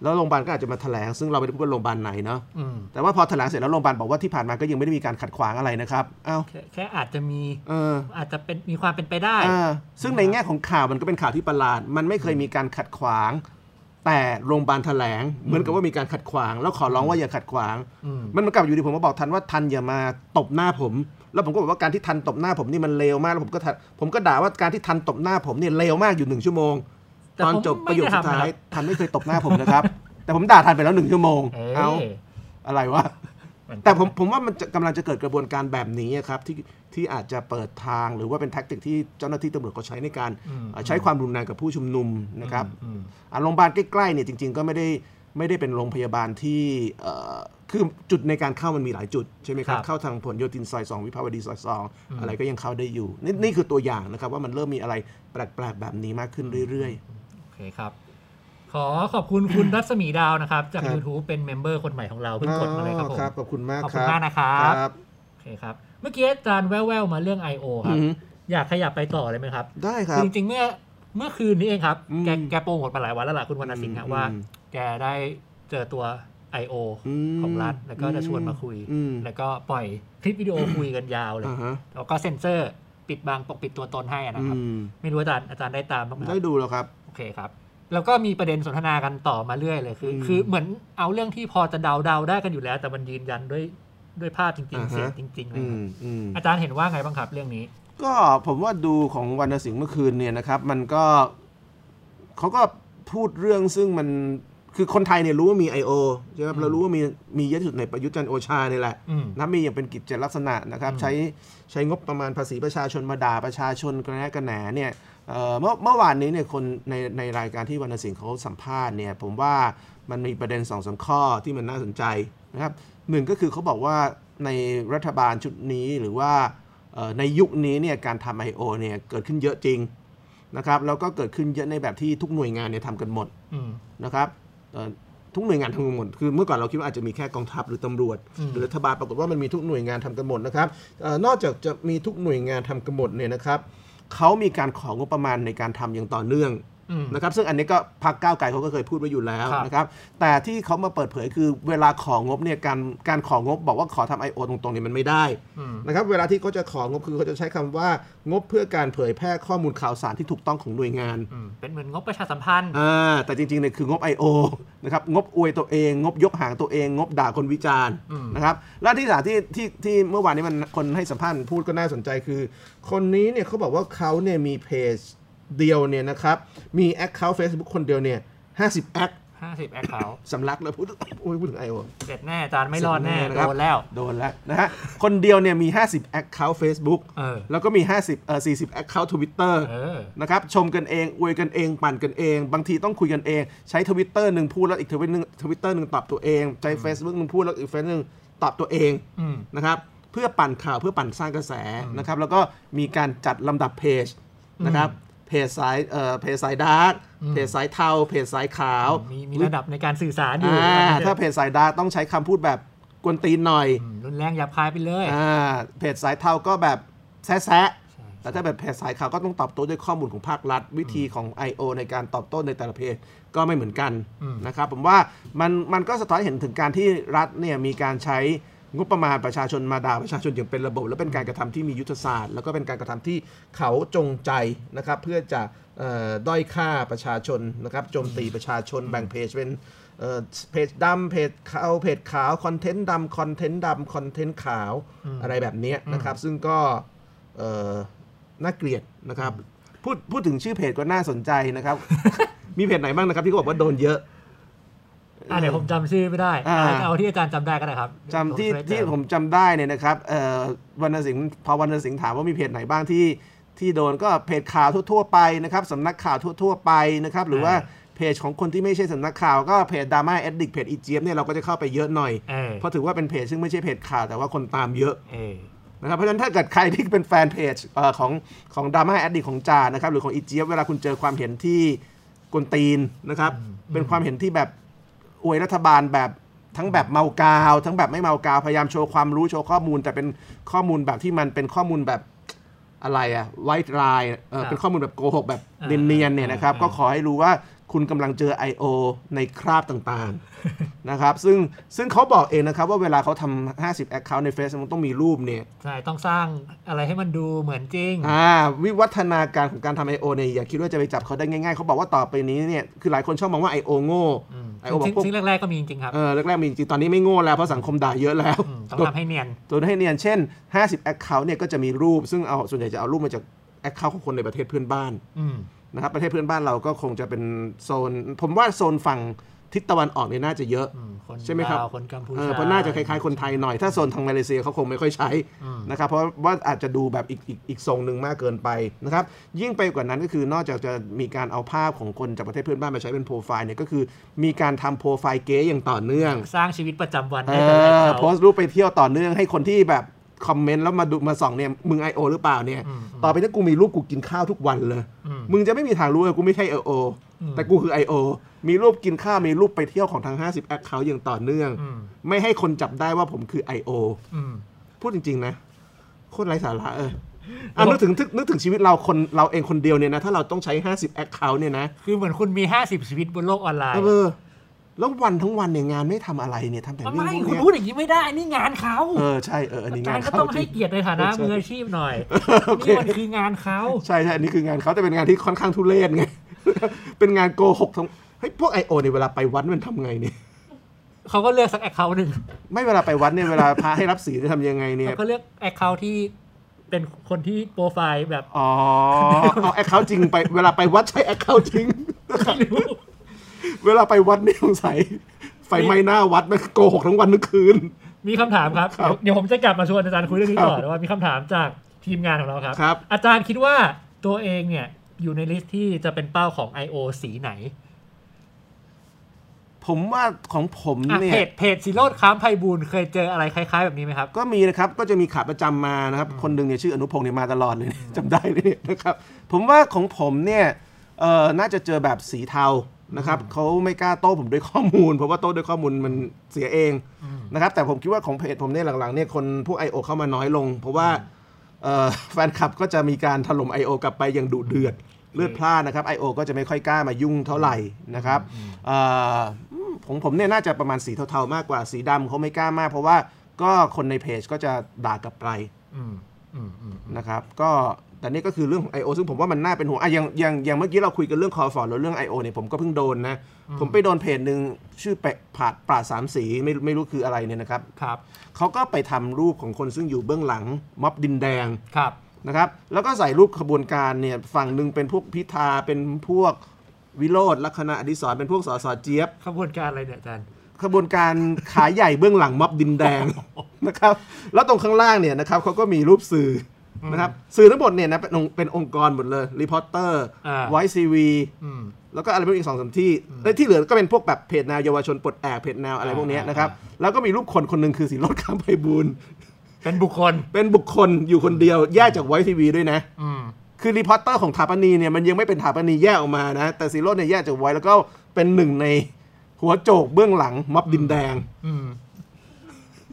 Speaker 1: แล้วโรงพยาบาลก็อาจจะมาแถลง ซึ่งเราไม่ได้พูดว่าโรงพยาบาลไหนเนาะ
Speaker 2: อืม
Speaker 1: แต่ว่าพอแถลงเสร็จแล้วโรงพยาบาลบอกว่าที่ผ่านมาก็ยังไม่ได้มีการขัดขวางอะไรนะครับเอ้า
Speaker 2: แค่แค่อาจจะมี
Speaker 1: เออ
Speaker 2: อาจจะเป็นมีความเป็นไปได้
Speaker 1: อ่าซึ่งในแง่ของข่าวมันก็เป็นข่าวที่ประหลาด มันไม่เคยมีการขัดขวาง แต่โรงพยาบาลแถลง เหมือนกับว่ามีการขัดขวาง แล้วขอร้องว่าอย่าขัดขวาง
Speaker 2: อืม
Speaker 1: มันเหมือนกับอยู่ดีผมมาบอกทันว่าทันอย่ามาตบหน้าผม แล้วผมก็บอกว่าการที่ทันตบหน้าผมนี่มันเลวมากแล้วผมก็ทันผมก็ด่าว่าการที่ทันตบหน้าผมเนี่ยเลวมากอยู่หนึ่งชั่วโมง
Speaker 2: แต่ผม
Speaker 1: ตอนจบประโยคสุดท้าย
Speaker 2: ไม่ได้ทำนะครับ
Speaker 1: ทันไม่เคยตบหน้าผมนะครับ แต่ผมด่าทันไปแล้วหนึ่งชั่วโมง
Speaker 2: เอ้ย
Speaker 1: เอาอะไรวะ
Speaker 2: น
Speaker 1: แต่ผมผมว่ามันจะกำลังจะเกิดกระบวนการแบบนี้อะครับที่ที่อาจจะเปิดทางหรือว่าเป็นแท็กติกที่เจ้าหน้าที่ตำรวจเขาใช้ในการ
Speaker 2: อืม
Speaker 1: เอ่อใช้ความรุนแรงกับผู้ชุมนุมนะครับ
Speaker 2: อืม
Speaker 1: อ่ะโรงพยาบาลใกล้ๆเนี่ยจริง ๆ ก็ไม่ได้ไม่ได้เป็นโรงพยาบาลที่เอ่อคือจุดในการเข้ามันมีหลายจุดใช่ไหมครับ
Speaker 2: ครับ
Speaker 1: เข้าทางผลโยธินซอยสองวิภาวดีซอยสองอะไรก็ยังเข้าได้อยู่ นี่นี่คือตัวอย่างนะครับว่ามันเริ่มมีอะไรแปลกๆแบบนี้มากขึ้นเรื่อย
Speaker 2: โอเคครับ ขอขอบคุณคุณ รัศมีดาวนะครับ จาก
Speaker 1: ครับ
Speaker 2: YouTube เป็นเมมเบอร์คนใหม่ของเรา
Speaker 1: ๆ
Speaker 2: เพิ่งกดมาเลยครับผม
Speaker 1: ขอบคุณมาก
Speaker 2: ขอบ
Speaker 1: ค
Speaker 2: คุณ
Speaker 1: รับ
Speaker 2: มากนะครับ
Speaker 1: ครับ
Speaker 2: โอเคครับ เมื่อกี้อาจารย์แว่วๆมาเรื่อง I.O. ครับ
Speaker 1: อือฮึ
Speaker 2: อยากขยับไปต่อเลยไหมครับ
Speaker 1: ได้ครั
Speaker 2: คื
Speaker 1: บ
Speaker 2: อจริงๆเมื่อเมื่อคืนนี้เองครับ
Speaker 1: อืม
Speaker 2: แกแกโปรโมทมาหลายวันแล้วล่ะคุณวรรณสิงห์ฮะ
Speaker 1: อืม
Speaker 2: ว่า
Speaker 1: อืม
Speaker 2: แกได้เจอตัว I.O.
Speaker 1: ม
Speaker 2: ของรัฐแล้วก็จะชวนมาคุย
Speaker 1: อืม
Speaker 2: แล้วก็ปล่อยคลิปวิดีโอคุยกันยาวเลย
Speaker 1: อ่าฮะ
Speaker 2: แล้วก็เซ็นเซอร์ปิดบังปกปิดตัวตนให้อะนะครับ
Speaker 1: อืม
Speaker 2: ไม่รู้อาจารย์อาจารย์ได้ตามบ้างไหมค
Speaker 1: ได้
Speaker 2: รับ
Speaker 1: ดูแล้วครับ
Speaker 2: โอเคครับ แล้วก็มีประเด็นสนทนากันต่อมาเรื่อยเลยคือ
Speaker 1: อืม
Speaker 2: คือเหมือนเอาเรื่องที่พอจะเดาเดาได้กันอยู่แล้ว แต่มันยืนยันด้วยด้วยภาพจริง
Speaker 1: อ่าฮะ
Speaker 2: ๆเสียงจริงๆเลย
Speaker 1: อื
Speaker 2: ครั
Speaker 1: ม
Speaker 2: บ
Speaker 1: อืม
Speaker 2: อาจารย์เห็นว่าไงบ้างครับเรื่องนี้
Speaker 1: ก็ผมว่าดูของวรรณสิงห์เมื่อคืนเนี่ยนะครับ มันก็เขาก็พูดเรื่องซึ่งมันคือคนไทยเนี่ยรู้ว่ามี I.O. ใช่ไหม
Speaker 2: อืม
Speaker 1: เรารู้ว่ามีมีเยอะที่สุดในประยุทธ์จันทร์โอชาเนี่ยแหละ
Speaker 2: อืม
Speaker 1: นะมีอย่างเป็นกิจลักษณะนะครับ
Speaker 2: อืม
Speaker 1: ใช้ใช้งบประมาณภาษีประชาชนมาด่าประชาชนกระแนะกระแหนเนี่ยเอ่อเมื่อเมื่อวานนี้เนี่ยคนในในรายการที่วรรณสิงห์เขาสัมภาษณ์เนี่ยผมว่ามันมีประเด็นสองสามข้อที่มันน่าสนใจนะครับหนึ่งก็คือเขาบอกว่าในรัฐบาลชุดนี้หรือว่า เอ่อในยุคนี้เนี่ยการทำ I.O. เนี่ยเกิดขึ้นเยอะจริงนะครับแล้วก็เกิดขึ้นเยอะในแบบที่ทุกหน่วยงานเนี่ยทำกันหมด
Speaker 2: อืม
Speaker 1: นะครับเอ่อทุกหน่วยงานทำกันหมด คือเมื่อก่อนเราคิดว่าอาจจะมีแค่กองทัพหรือตำรวจ
Speaker 2: อืม
Speaker 1: หรือรัฐบาลปรากฏว่ามันมีทุกหน่วยงานทำกันหมดนะครับเออนอกจากจะมีทุกหน่วยงานทำกันหมดเนี่ยนะครับเขามีการของงบประมาณในการทำอย่างต่อเนื่อง
Speaker 2: อืม
Speaker 1: นะครับซึ่งอันนี้ก็พรรคก้าวไกลเขาก็เคยพูดไว้อยู่แล้ว
Speaker 2: ครับ
Speaker 1: นะครับแต่ที่เขามาเปิดเผยคือเวลาของงบเนี่ยการการของงบบอกว่าขอทำ I.O. ตรงๆเนี่ยมันไม่ได้
Speaker 2: อืม
Speaker 1: นะครับเวลาที่เขาจะของงบคือเขาจะใช้คำว่างบเพื่อการเผยแพร่ข้อมูลข่าวสารที่ถูกต้องของหน่วยงาน
Speaker 2: อืม เป็นเหมือนงบประชาสัมพันธ์
Speaker 1: อ่าแต่จริงๆเนี่ยคือง บ I.O. นะครับงบอวยตัวเอง งบยกหางตัวเอง งบด่าคนวิจารณ์
Speaker 2: อืม
Speaker 1: นะครับและที่สามที่ที่ที่เมื่อวานนี้มันคนให้สัมภาษณ์พูดก็น่าสนใจคือ คนนี้เนี่ยเขาบอกว่าเขาเนี่ยมีเพจเดียวเนี่ยนะครับมีแอคเคาท์ Facebook คนเดียวเนี่ยห้าสิบแอค
Speaker 2: ห้าสิบแอคเคาท์
Speaker 1: สำลักแล้วพูด โอ้ยพูดถึง I.O.
Speaker 2: เสร็จแน่อาจารย์ไม่รอดแน่
Speaker 1: เสร็จแน่นะค
Speaker 2: โด
Speaker 1: รับ
Speaker 2: นแล้ว
Speaker 1: โดนแล้วนะฮะคนเดียวเนี่ยมี 50 Account Facebook
Speaker 2: เออ
Speaker 1: แล้วก็มี 50เอ่อ40 Account Twitter
Speaker 2: เออ
Speaker 1: นะครับชมกันเองอวยกันเองปั่นกันเอง บางทีต้องคุยกันเอง ใช้ทวิตเตอร์หนึ่งพูดแล้วอีกทวิตหนึ่งทวิตเตอร์หนึ่งตอบตัวเอง ใช้ Facebook หนึ่งพูดแล้วอีกเฟซหนึ่งตอบตัวเอง
Speaker 2: อืม
Speaker 1: นะครับเพื่อปั่นข่าวเพื่อปั่นสร้างกระแสนะครับแล้วก็มีการจัดลำดับเพจนะครับเพจสายเอ่อเพจสายดาร์ก
Speaker 2: อืม
Speaker 1: เพจสายเทาเพจสายขาว
Speaker 2: มีมีระดับในการสื่อสารอยู่
Speaker 1: อ่า
Speaker 2: ว่งั้นเถอะ
Speaker 1: ถ้าเพจสายดาร์กต้องใช้คำพูดแบบกวนตีนหน่อย
Speaker 2: อืมรุนแรงหยาบคายไปเลย
Speaker 1: อ่าเพจสายเทาก็แบบแซะๆ
Speaker 2: ใช่
Speaker 1: แต่ถ้าแบบเพจสายข่าวก็ต้องตอบโต้ด้วยข้อมูลของภาครัฐ วิธีของ I.O. ในการตอบโต้ในแต่ละเพจก็ไม่เหมือนกัน
Speaker 2: อืม
Speaker 1: นะครับผมว่ามันมันก็สะท้อนเห็นถึงการที่รัฐเนี่ยมีการใช้งบประมาณประชาชนมาด่าประชาชนอย่างเป็นระบบ และเป็นการกระทำที่มียุทธศาสตร์ แล้วก็เป็นการกระทำที่เขาจงใจนะครับเพื่อจะเอ่อด้อยค่าประชาชนนะครับโจมตีประชาชนแบ่งเพจเป็นเอ่อเพจดำเพจขาวเพจขาวคอนเทนต์ดำคอนเทนต์ดำคอนเทนต์ขาวอะไรแบบเนี้ยนะครับซึ่งก็ เอ่อน่าเกลียดนะครับ พูดพูดถึงชื่อเพจก็น่าสนใจนะครับ มีเพจไหนบ้างนะครับที่เขาบอกว่าโดนเยอะ
Speaker 2: อ่ะเดี๋ยวผมจำชื่อไม่ได้
Speaker 1: อ่า
Speaker 2: เอาที่อาจารย์จำได้ก็ได้ครับ
Speaker 1: จำที่
Speaker 2: ช่วยเติ
Speaker 1: ที่ผมจำได้เนี่ยนะครับเอ่อวรรณสิงห์พอวรรณสิงห์ถามว่ามีเพจไหนบ้างที่ที่โดนก็เพจข่าวทั่วๆไปนะครับสำนักข่าวทั่วๆไปนะครับหรือว่าเพจของคนที่ไม่ใช่สำนักข่าวก็เพจดราม่าแอดดิกเพจอีเจี๊ยบเนี่ยเราก็จะเข้าไปเยอะหน่อย
Speaker 2: เออ
Speaker 1: เพราะถือว่าเป็นเพจซึ่งไม่ใช่เพจข่าวแต่ว่าคนตามเยอะ
Speaker 2: เออ
Speaker 1: นะครับเพราะฉะนั้นถ้าเกิดใครที่เป็นแฟนเพจเอ่อของของดราม่าแอดดิของจานะครับหรือของอีเจี๊ยบเวลาคุณเจอความเห็นที่กวนตีนนะครับ
Speaker 2: อืม
Speaker 1: เป็นความเห็นที่แบบอวยรัฐบาลแบบทั้งแบบเมากาว ทั้งแบบไม่เมากาวพยายามโชว์ความรู้โชว์ข้อมูล แต่เป็นข้อมูลแบบที่มันเป็นข้อมูลแบบอะไรอะไวท์ไลน์เป็นข้อมูลแบบโกหกแบบเนียนๆเนี่ยนะครับก็ขอให้รู้ว่าคุณกำลังเจอ I.O. ในคราบต่างๆ นะครับซึ่งซึ่งเขาบอกเองนะครับว่าเวลาเขาทำ50 Account ใน Facebook มันต้องมีรูปเนี่ย
Speaker 2: ใช่ต้องสร้างอะไรให้มันดูเหมือนจริง
Speaker 1: อ่าวิวัฒนาการของการทำ I.O. เนี่ยอย่าคิดว่าจะไปจับเขาได้ง่ายๆ เขาบอกว่าต่อไปนี้เนี่ยคือหลายคนชอบมองว่า I.O. โง่
Speaker 2: อืม
Speaker 1: I.O. บอกพวก
Speaker 2: ซึ่งแรกๆก็มีจริงๆครับ
Speaker 1: เออแรกๆมีจริงตอนนี้ไม่โง่แล้ว เพราะสังคมด่าเยอะแล้ว
Speaker 2: มต้อง
Speaker 1: ตัว
Speaker 2: ทำให้เนียน
Speaker 1: ตัวให้เนียนเช่น 50 Account เนี่ยก็จะมีรูป ซึ่งเอาส่วนใหญ่จะเอารูปมาจาก Account ของคนในประเทศเพื่อนบ้าน
Speaker 2: อืม
Speaker 1: นะครับประเทศเพื่อนบ้านเราก็คงจะเป็นโซน ผมว่าโซนฝั่งทิศตะวันออกเนี่ยน่าจะเยอะ
Speaker 2: อืมคน
Speaker 1: ใช่ไหมครับ
Speaker 2: ลาวคนกัมพู
Speaker 1: เอ
Speaker 2: ชา
Speaker 1: อเพราะน่าจะคล้ายๆคนไทยหน่อย ถ้าโซนทางมาเลเซียเขาคงไม่ค่อยใช้
Speaker 2: อืม
Speaker 1: นะครับเพราะว่าอาจจะดูแบบอีกอีกอีกทรงหนึ่งมากเกินไปนะครับยิ่งไปกว่านั้นก็คือนอกจากจะมีการเอาภาพของคนจากประเทศเพื่อนบ้านมาใช้เป็นโปรไฟล์เนี่ยก็คือมีการทำโปรไฟล์เก๋อย่างต่อเนื่อง
Speaker 2: สร้างชีวิตประจำวัน
Speaker 1: เอ
Speaker 2: ให้กับ
Speaker 1: อ
Speaker 2: เขา
Speaker 1: โพสต์รูปไปเที่ยวต่อเนื่องให้คนที่แบบคอมเมนต์แล้วมาดูมาส่องเนี่ยมึง I.O. หรือเปล่าเนี่ย
Speaker 2: อืม
Speaker 1: ต่อไปถ้ากูมีรูปกูกินข้าวทุกวันเลย
Speaker 2: อืม
Speaker 1: มึงจะไม่มีทางรู้เลยกูไม่ใช่ I.O.
Speaker 2: อืม
Speaker 1: แต่กูคือ I.O. มีรูปกินข้าวมีรูปไปเที่ยวของทั้ง 50 แอคเคาท์อย่างต่อเนื่อง
Speaker 2: อืม
Speaker 1: ไม่ให้คนจับได้ว่าผมคือ I.O.
Speaker 2: อืม
Speaker 1: พูดจริง ๆ นะ โคตรไร้สาระเออ
Speaker 2: แล้
Speaker 1: อ่ะ
Speaker 2: ว
Speaker 1: นึกถึงนึกถึงชีวิตเราคนเราเองคนเดียวเนี่ยนะ ถ้าเราต้องใช้ 50 แอคเคาท์เนี่ยนะ
Speaker 2: คือเหมือนคุณมี 50 ชีวิตบนโลกออนไลน์
Speaker 1: เออ แล้ววันทั้งวันเนี่ยงานไม่ทำอะไรเนี่ยทำแต่เรื่อง
Speaker 2: ไม่
Speaker 1: พวก
Speaker 2: คุณ
Speaker 1: เนี้ย
Speaker 2: พูดอย่างนี้ไม่ได้นี่งานเขา
Speaker 1: เออใช่เอออันนี้งาน
Speaker 2: าร
Speaker 1: น
Speaker 2: ก็
Speaker 1: เข้า
Speaker 2: ต้อง
Speaker 1: จ
Speaker 2: ให้
Speaker 1: ริง
Speaker 2: เกียรติในฐานะ
Speaker 1: ใช่
Speaker 2: มืออาชีพหน่อย
Speaker 1: โอเค
Speaker 2: นี่มันคืองานเขา
Speaker 1: ใช่ใช่อันนี้คืองานเขาแต่เป็นงานที่ค่อนข้างทุเรศไง เป็นงานโกหกทั้งเฮ้ยพวกไอโอเนี่ยเวลาไปวัดมันทำไงเนี่ย
Speaker 2: เขาก็เลือกสักแอคเคาท์หนึ่ง
Speaker 1: ไม่เวลาไปวัดเนี่ยเวลาพระให้รับศีลจะทำยังไงเนี่ย
Speaker 2: เขาก็เลือกแอคเคาท์ที่เป็นคนที่โปรไฟล์ แบบ
Speaker 1: อ๋อเอาแอคเคาท์จริงไปเวลาไปวัดใช้แอคเคาท์จริง
Speaker 2: ไม่รู้
Speaker 1: เวลาไปวัดเนี่ยสงสัยไฟไหม้หน้าวัดมันโกหกทั้งวันทั้งคืน
Speaker 2: มีคำถามครับ
Speaker 1: ครับ
Speaker 2: เดี๋ยวผมจะกลับมาชวนอาจารย์คุยเรื่องนี้
Speaker 1: ครับ
Speaker 2: ก่อนว่ามีคำถามจากทีมงานของเราครับ
Speaker 1: ครับ
Speaker 2: อาจารย์คิดว่าตัวเองเนี่ยอยู่ในลิสต์ที่จะเป็นเป้าของ I.O. สีไหน
Speaker 1: ผมว่าของผม
Speaker 2: อ่ะ
Speaker 1: เนี่
Speaker 2: เพ
Speaker 1: ย
Speaker 2: จเพจซิโรดค้ามไพบูลย์เคยเจออะไรคล้าย ๆ แบบนี้ไหมครับ
Speaker 1: ก็มีนะครับ ก็จะมีขาประจำมานะครับ คนหนึ่งเนี่ยชื่ออนุพงศ์เนี่ยมาตลอดเลย จำได้เลยเนี่ยนะครับ ผมว่าของผมเนี่ยเอ่อน่าจะเจอแบบสีเทานะครับเขาไม่กล้าโต้ผมด้วยข้อมูล เพราะว่าโต้ด้วยข้อมูลมันเสียเองนะครับ แต่ผมคิดว่าของเพจผมเนี่ยหลังๆเนี่ยคนพวก I.O. เข้ามาน้อยลง เพราะว่าเอ่อแฟนคลับก็จะมีการถล่ม I.O. กลับไปอย่างดุเดือดเลือดพล่านนะครับ I.O. ก็จะไม่ค่อยกล้ามายุ่งเท่าไหร่นะครับเอ่อ ผมผมเนี่ยน่าจะประมาณสีเทาๆมากกว่าสีดำเขาไม่กล้ามาก เพราะว่าก็คนในเพจก็จะด่ากลับไป
Speaker 2: อืมอืมอืมอืม
Speaker 1: นะครับ ก็แต่นี่ก็คือเรื่องของ I.O. ซึ่งผมว่ามันน่าเป็นห่วงอ่ะอย่างอย่างอย่างเมื่อกี้เราคุยกันเรื่องคอฟอร์ดแล้วเรื่อง I.O. เนี่ยผมก็เพิ่งโดนนะ ผมไปโดนเพจหนึ่งชื่อแปะผาดปราดสามสีไม่ไม่รู้คืออะไรเนี่ยนะครับ
Speaker 2: ครับ
Speaker 1: เขาก็ไปทำรูปของคนซึ่งอยู่เบื้องหลังม็อบดินแดง
Speaker 2: ครับ
Speaker 1: นะครับแล้วก็ใส่รูปขบวนการเนี่ยฝั่งหนึ่งเป็นพวกพิธาเป็นพวกวิโรธลักษณะอดิศรเป็นพวกสสเจี๊ยบ
Speaker 2: ขบวนการอะไรเนี่ยอาจารย์
Speaker 1: ขบวนการขายใหญ่เบื้องหลังม็อบดินแดง นะครับ แล้วตรงข้างล่างเนี่ยนะครับเขาก็มีรูปสื่ออนะครับ สื่อทั้งหมดเนี่ยนะเป็นองค์เป็นองค์กรหมดเลยรีพอร์เตอร์
Speaker 2: อ่า
Speaker 1: ไวซีวี
Speaker 2: อืม
Speaker 1: แล้วก็อะไรไม่รู้อีกสองสามที่และที่เหลือก็เป็นพวกแบบเพจแนวเยาวชนปลดแอกเพจแนวอะไรพวกเนี้ยนะครับ แล้วก็มีรูปคนคนหนึ่งคือสีรถข้ามไพบูลย์
Speaker 2: เป็นบุคคล
Speaker 1: เป็นบุคคลอยู่คนเดียวแยกจากไวทีวีด้วยนะ
Speaker 2: อืม
Speaker 1: คือรีพอร์เตอร์ของถาปนีเนี่ยมันยังไม่เป็นถาปนีแยกออกมานะ แต่สีรถเนี่ยแยกจากไวแล้วก็เป็นหนึ่งในหัวโจกเบื้องหลังม็อบดินแดง
Speaker 2: อืม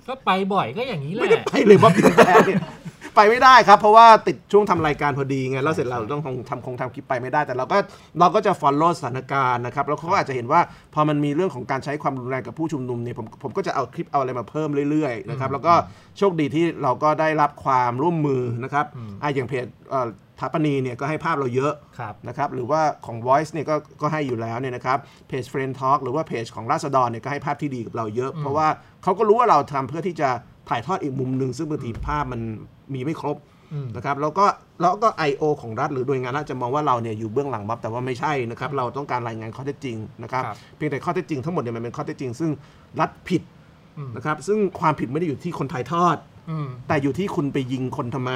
Speaker 2: ก็ไปบ่อยก็อย่างนี้แห
Speaker 1: ไม่ได้
Speaker 2: ละ
Speaker 1: ไปเลยบ๊อบดินแดงเนี่ยไปไม่ได้ครับ เพราะว่าติดช่วงทำรายการพอดีไงแล้วเสร็จเราต้องคงทำคงทำคลิปไปไม่ได้ แต่เราก็เราก็จะ follow สถานการณ์นะครับแล้วเขาก็อาจจะเห็นว่าพอมันมีเรื่องของการใช้ความรุนแรงกับผู้ชุมนุมเนี่ยผมผมก็จะเอาคลิปเอาอะไรมาเพิ่มเรื่อยๆนะครับแล้วก็โชคดีที่เราก็ได้รับความร่วมมือนะครับอ่ะอย่างเพจเอ่อถาปนีเนี่ยก็ให้ภาพเราเยอะ
Speaker 2: ครับ
Speaker 1: นะครับหรือว่าของ Voice เนี่ยก็ก็ให้อยู่แล้วเนี่ยนะครับเพจ Friend Talk หรือว่าเพจของราษฎรเนี่ยก็ให้ภาพที่ดีกับเราเยอะ เพราะว่าเขาก็รู้ว่าเราทำเพื่อที่จะถ่ายทอดอีกมุมหนึ่งซึ่งบางทีภาพมันมีไม่ครบ
Speaker 2: อืม
Speaker 1: นะครับแล้วก็แล้วก็ I.O. ของรัฐหรือหน่วยงานน่าจะมองว่าเราเนี่ยอยู่เบื้องหลังบับแต่ว่าไม่ใช่นะครับเราต้องการรายงานข้อเท็จจริงนะครับ
Speaker 2: ครับ
Speaker 1: เพียงแต่ข้อเท็จจริงทั้งหมดเนี่ยมันเป็นข้อเท็จจริง ซึ่งรัฐผิด
Speaker 2: อืม
Speaker 1: นะครับซึ่งความผิดไม่ได้อยู่ที่คนถ่ายทอด
Speaker 2: อืม
Speaker 1: แต่อยู่ที่คุณไปยิงคนทำไม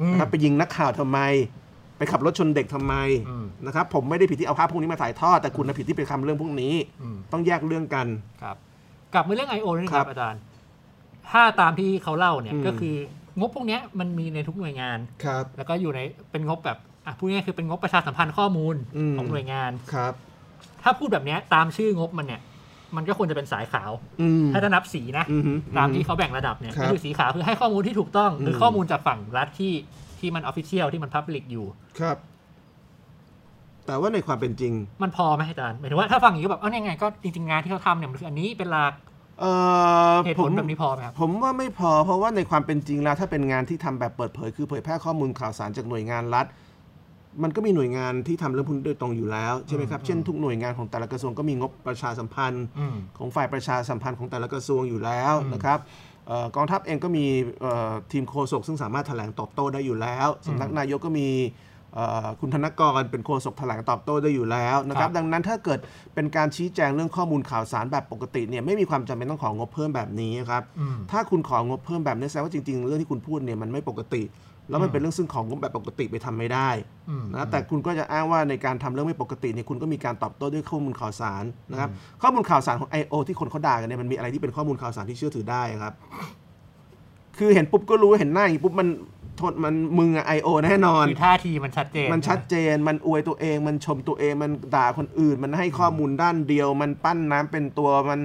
Speaker 2: อืม
Speaker 1: นะครับไปยิงนักข่าวทำไม ไปขับรถชนเด็กทำไม
Speaker 2: อืม
Speaker 1: นะครับผมไม่ได้ผิดที่เอาภาพพวกนี้มาถ่ายทอดแต่คุณนะผิดที่ไปทำเรื่องพวกนี้
Speaker 2: อืม
Speaker 1: ต้องแยกเรื่องกัน
Speaker 2: ครับ กลับมาเรื่อง I.O. นี่ค
Speaker 1: ครั
Speaker 2: รับบ อาจารย์ ถ้าตามที่เขาเล่าเนี่ย
Speaker 1: อืม
Speaker 2: ก็คืองบพวกเนี้ยมันมีในทุกหน่วยงาน
Speaker 1: ครับ
Speaker 2: แล้วก็อยู่ในเป็นงบแบบอ่ะพูดง่ายๆคือเป็นงบประชาสัมพันธ์ข้อมูล
Speaker 1: อืม
Speaker 2: ของหน่วยงาน
Speaker 1: ครับ
Speaker 2: ถ้าพูดแบบเนี้ยตามชื่องบมันเนี่ย มันก็ควรจะเป็นสายขาว
Speaker 1: อืม
Speaker 2: ถ้าจะนับสีนะ
Speaker 1: อือฮึ
Speaker 2: ตามที่เขาแบ่งระดับเนี่ย
Speaker 1: ครับ
Speaker 2: ก็คือสีขาวคือให้ข้อมูลที่ถูกต้อง หรืออ
Speaker 1: ม
Speaker 2: ข้อมูลจากฝั่งรัฐที่ที่มันออฟฟิเชียลที่มันพับลิกอยู่
Speaker 1: ครับ แต่ว่าในความเป็นจริง
Speaker 2: มันพอไหมอาจารย์หมายถึงว่าถ้าฟังอย่างนี้ก็แบบเอ้าเนี่ยไงก็จริงๆงานที่เขาทำเนี่ยมันคืออันนี้เป็นหลัก
Speaker 1: เอ่อ
Speaker 2: เหตุ
Speaker 1: ผ
Speaker 2: ผม ลแบบนี้พอไหมครับ
Speaker 1: ผมว่าไม่พอ เพราะว่าในความเป็นจริงแล้วถ้าเป็นงานที่ทำแบบเปิดเผย คือเผยแพร่ข้อมูลข่าวสารจากหน่วยงานรัฐ มันก็มีหน่วยงานที่ทำเรื่องพวกนี้โดยตรงอยู่แล้วใช่ไหมครับเช่นทุกหน่วยงานของแต่ละกระทรวงก็มีงบประชาสัมพันธ์
Speaker 2: อืม
Speaker 1: ของฝ่ายประชาสัมพันธ์ของแต่ละกระทรวงอยู่แล้วนะครับเอ่อกองทัพเองก็มีเอ่อทีมโฆษกซึ่งสามารถแถลงตอบโต้ได้อยู่แล้วสำนักนายกก็มีเอ่อคุณธนกรเป็นโฆษกแถลงตอบโต้ได้อยู่แล้วนะครั
Speaker 2: ครับ บ
Speaker 1: ดังนั้นถ้าเกิดเป็นการชี้แจงเรื่องข้อมูลข่าวสารแบบปกติเนี่ยไม่มีความจำเป็นต้องของงบเพิ่มแบบนี้ครับ
Speaker 2: อืม
Speaker 1: ถ้าคุณของงบเพิ่มแบบนี้แสดงว่าจริงๆ เรื่องที่คุณพูดเนี่ยมันไม่ปกติ แล้วมันเป็นเรื่องซึ่งของงบแบบปกติไปทำไม่ได้
Speaker 2: อืม
Speaker 1: นะแต่คุณก็จะอ้างว่าในการทำเรื่องไม่ปกติเนี่ยคุณก็มีการตอบโต้ด้วยข้อมูลข่าวสารนะครับข้อมูลข่าวสารของ I.O. ที่คนเขาด่ากันเนี่ยมันมีอะไรที่เป็นข้อมูลข่าวสารที่เชื่อถือได้ครับ คือเห็นปุ๊บก็รู้เห็นหน้าอย่างนี้ปุ๊บมันโทษมันมึงอะไอโอแน่นอน
Speaker 2: คือท่าทีมันชัดเจน
Speaker 1: มันชัดเจน มันอวยตัวเอง มันชมตัวเอง มันด่าคนอื่น มันให้ข้อมูลด้านเดียว มันปั้นน้ำเป็นตัว มัน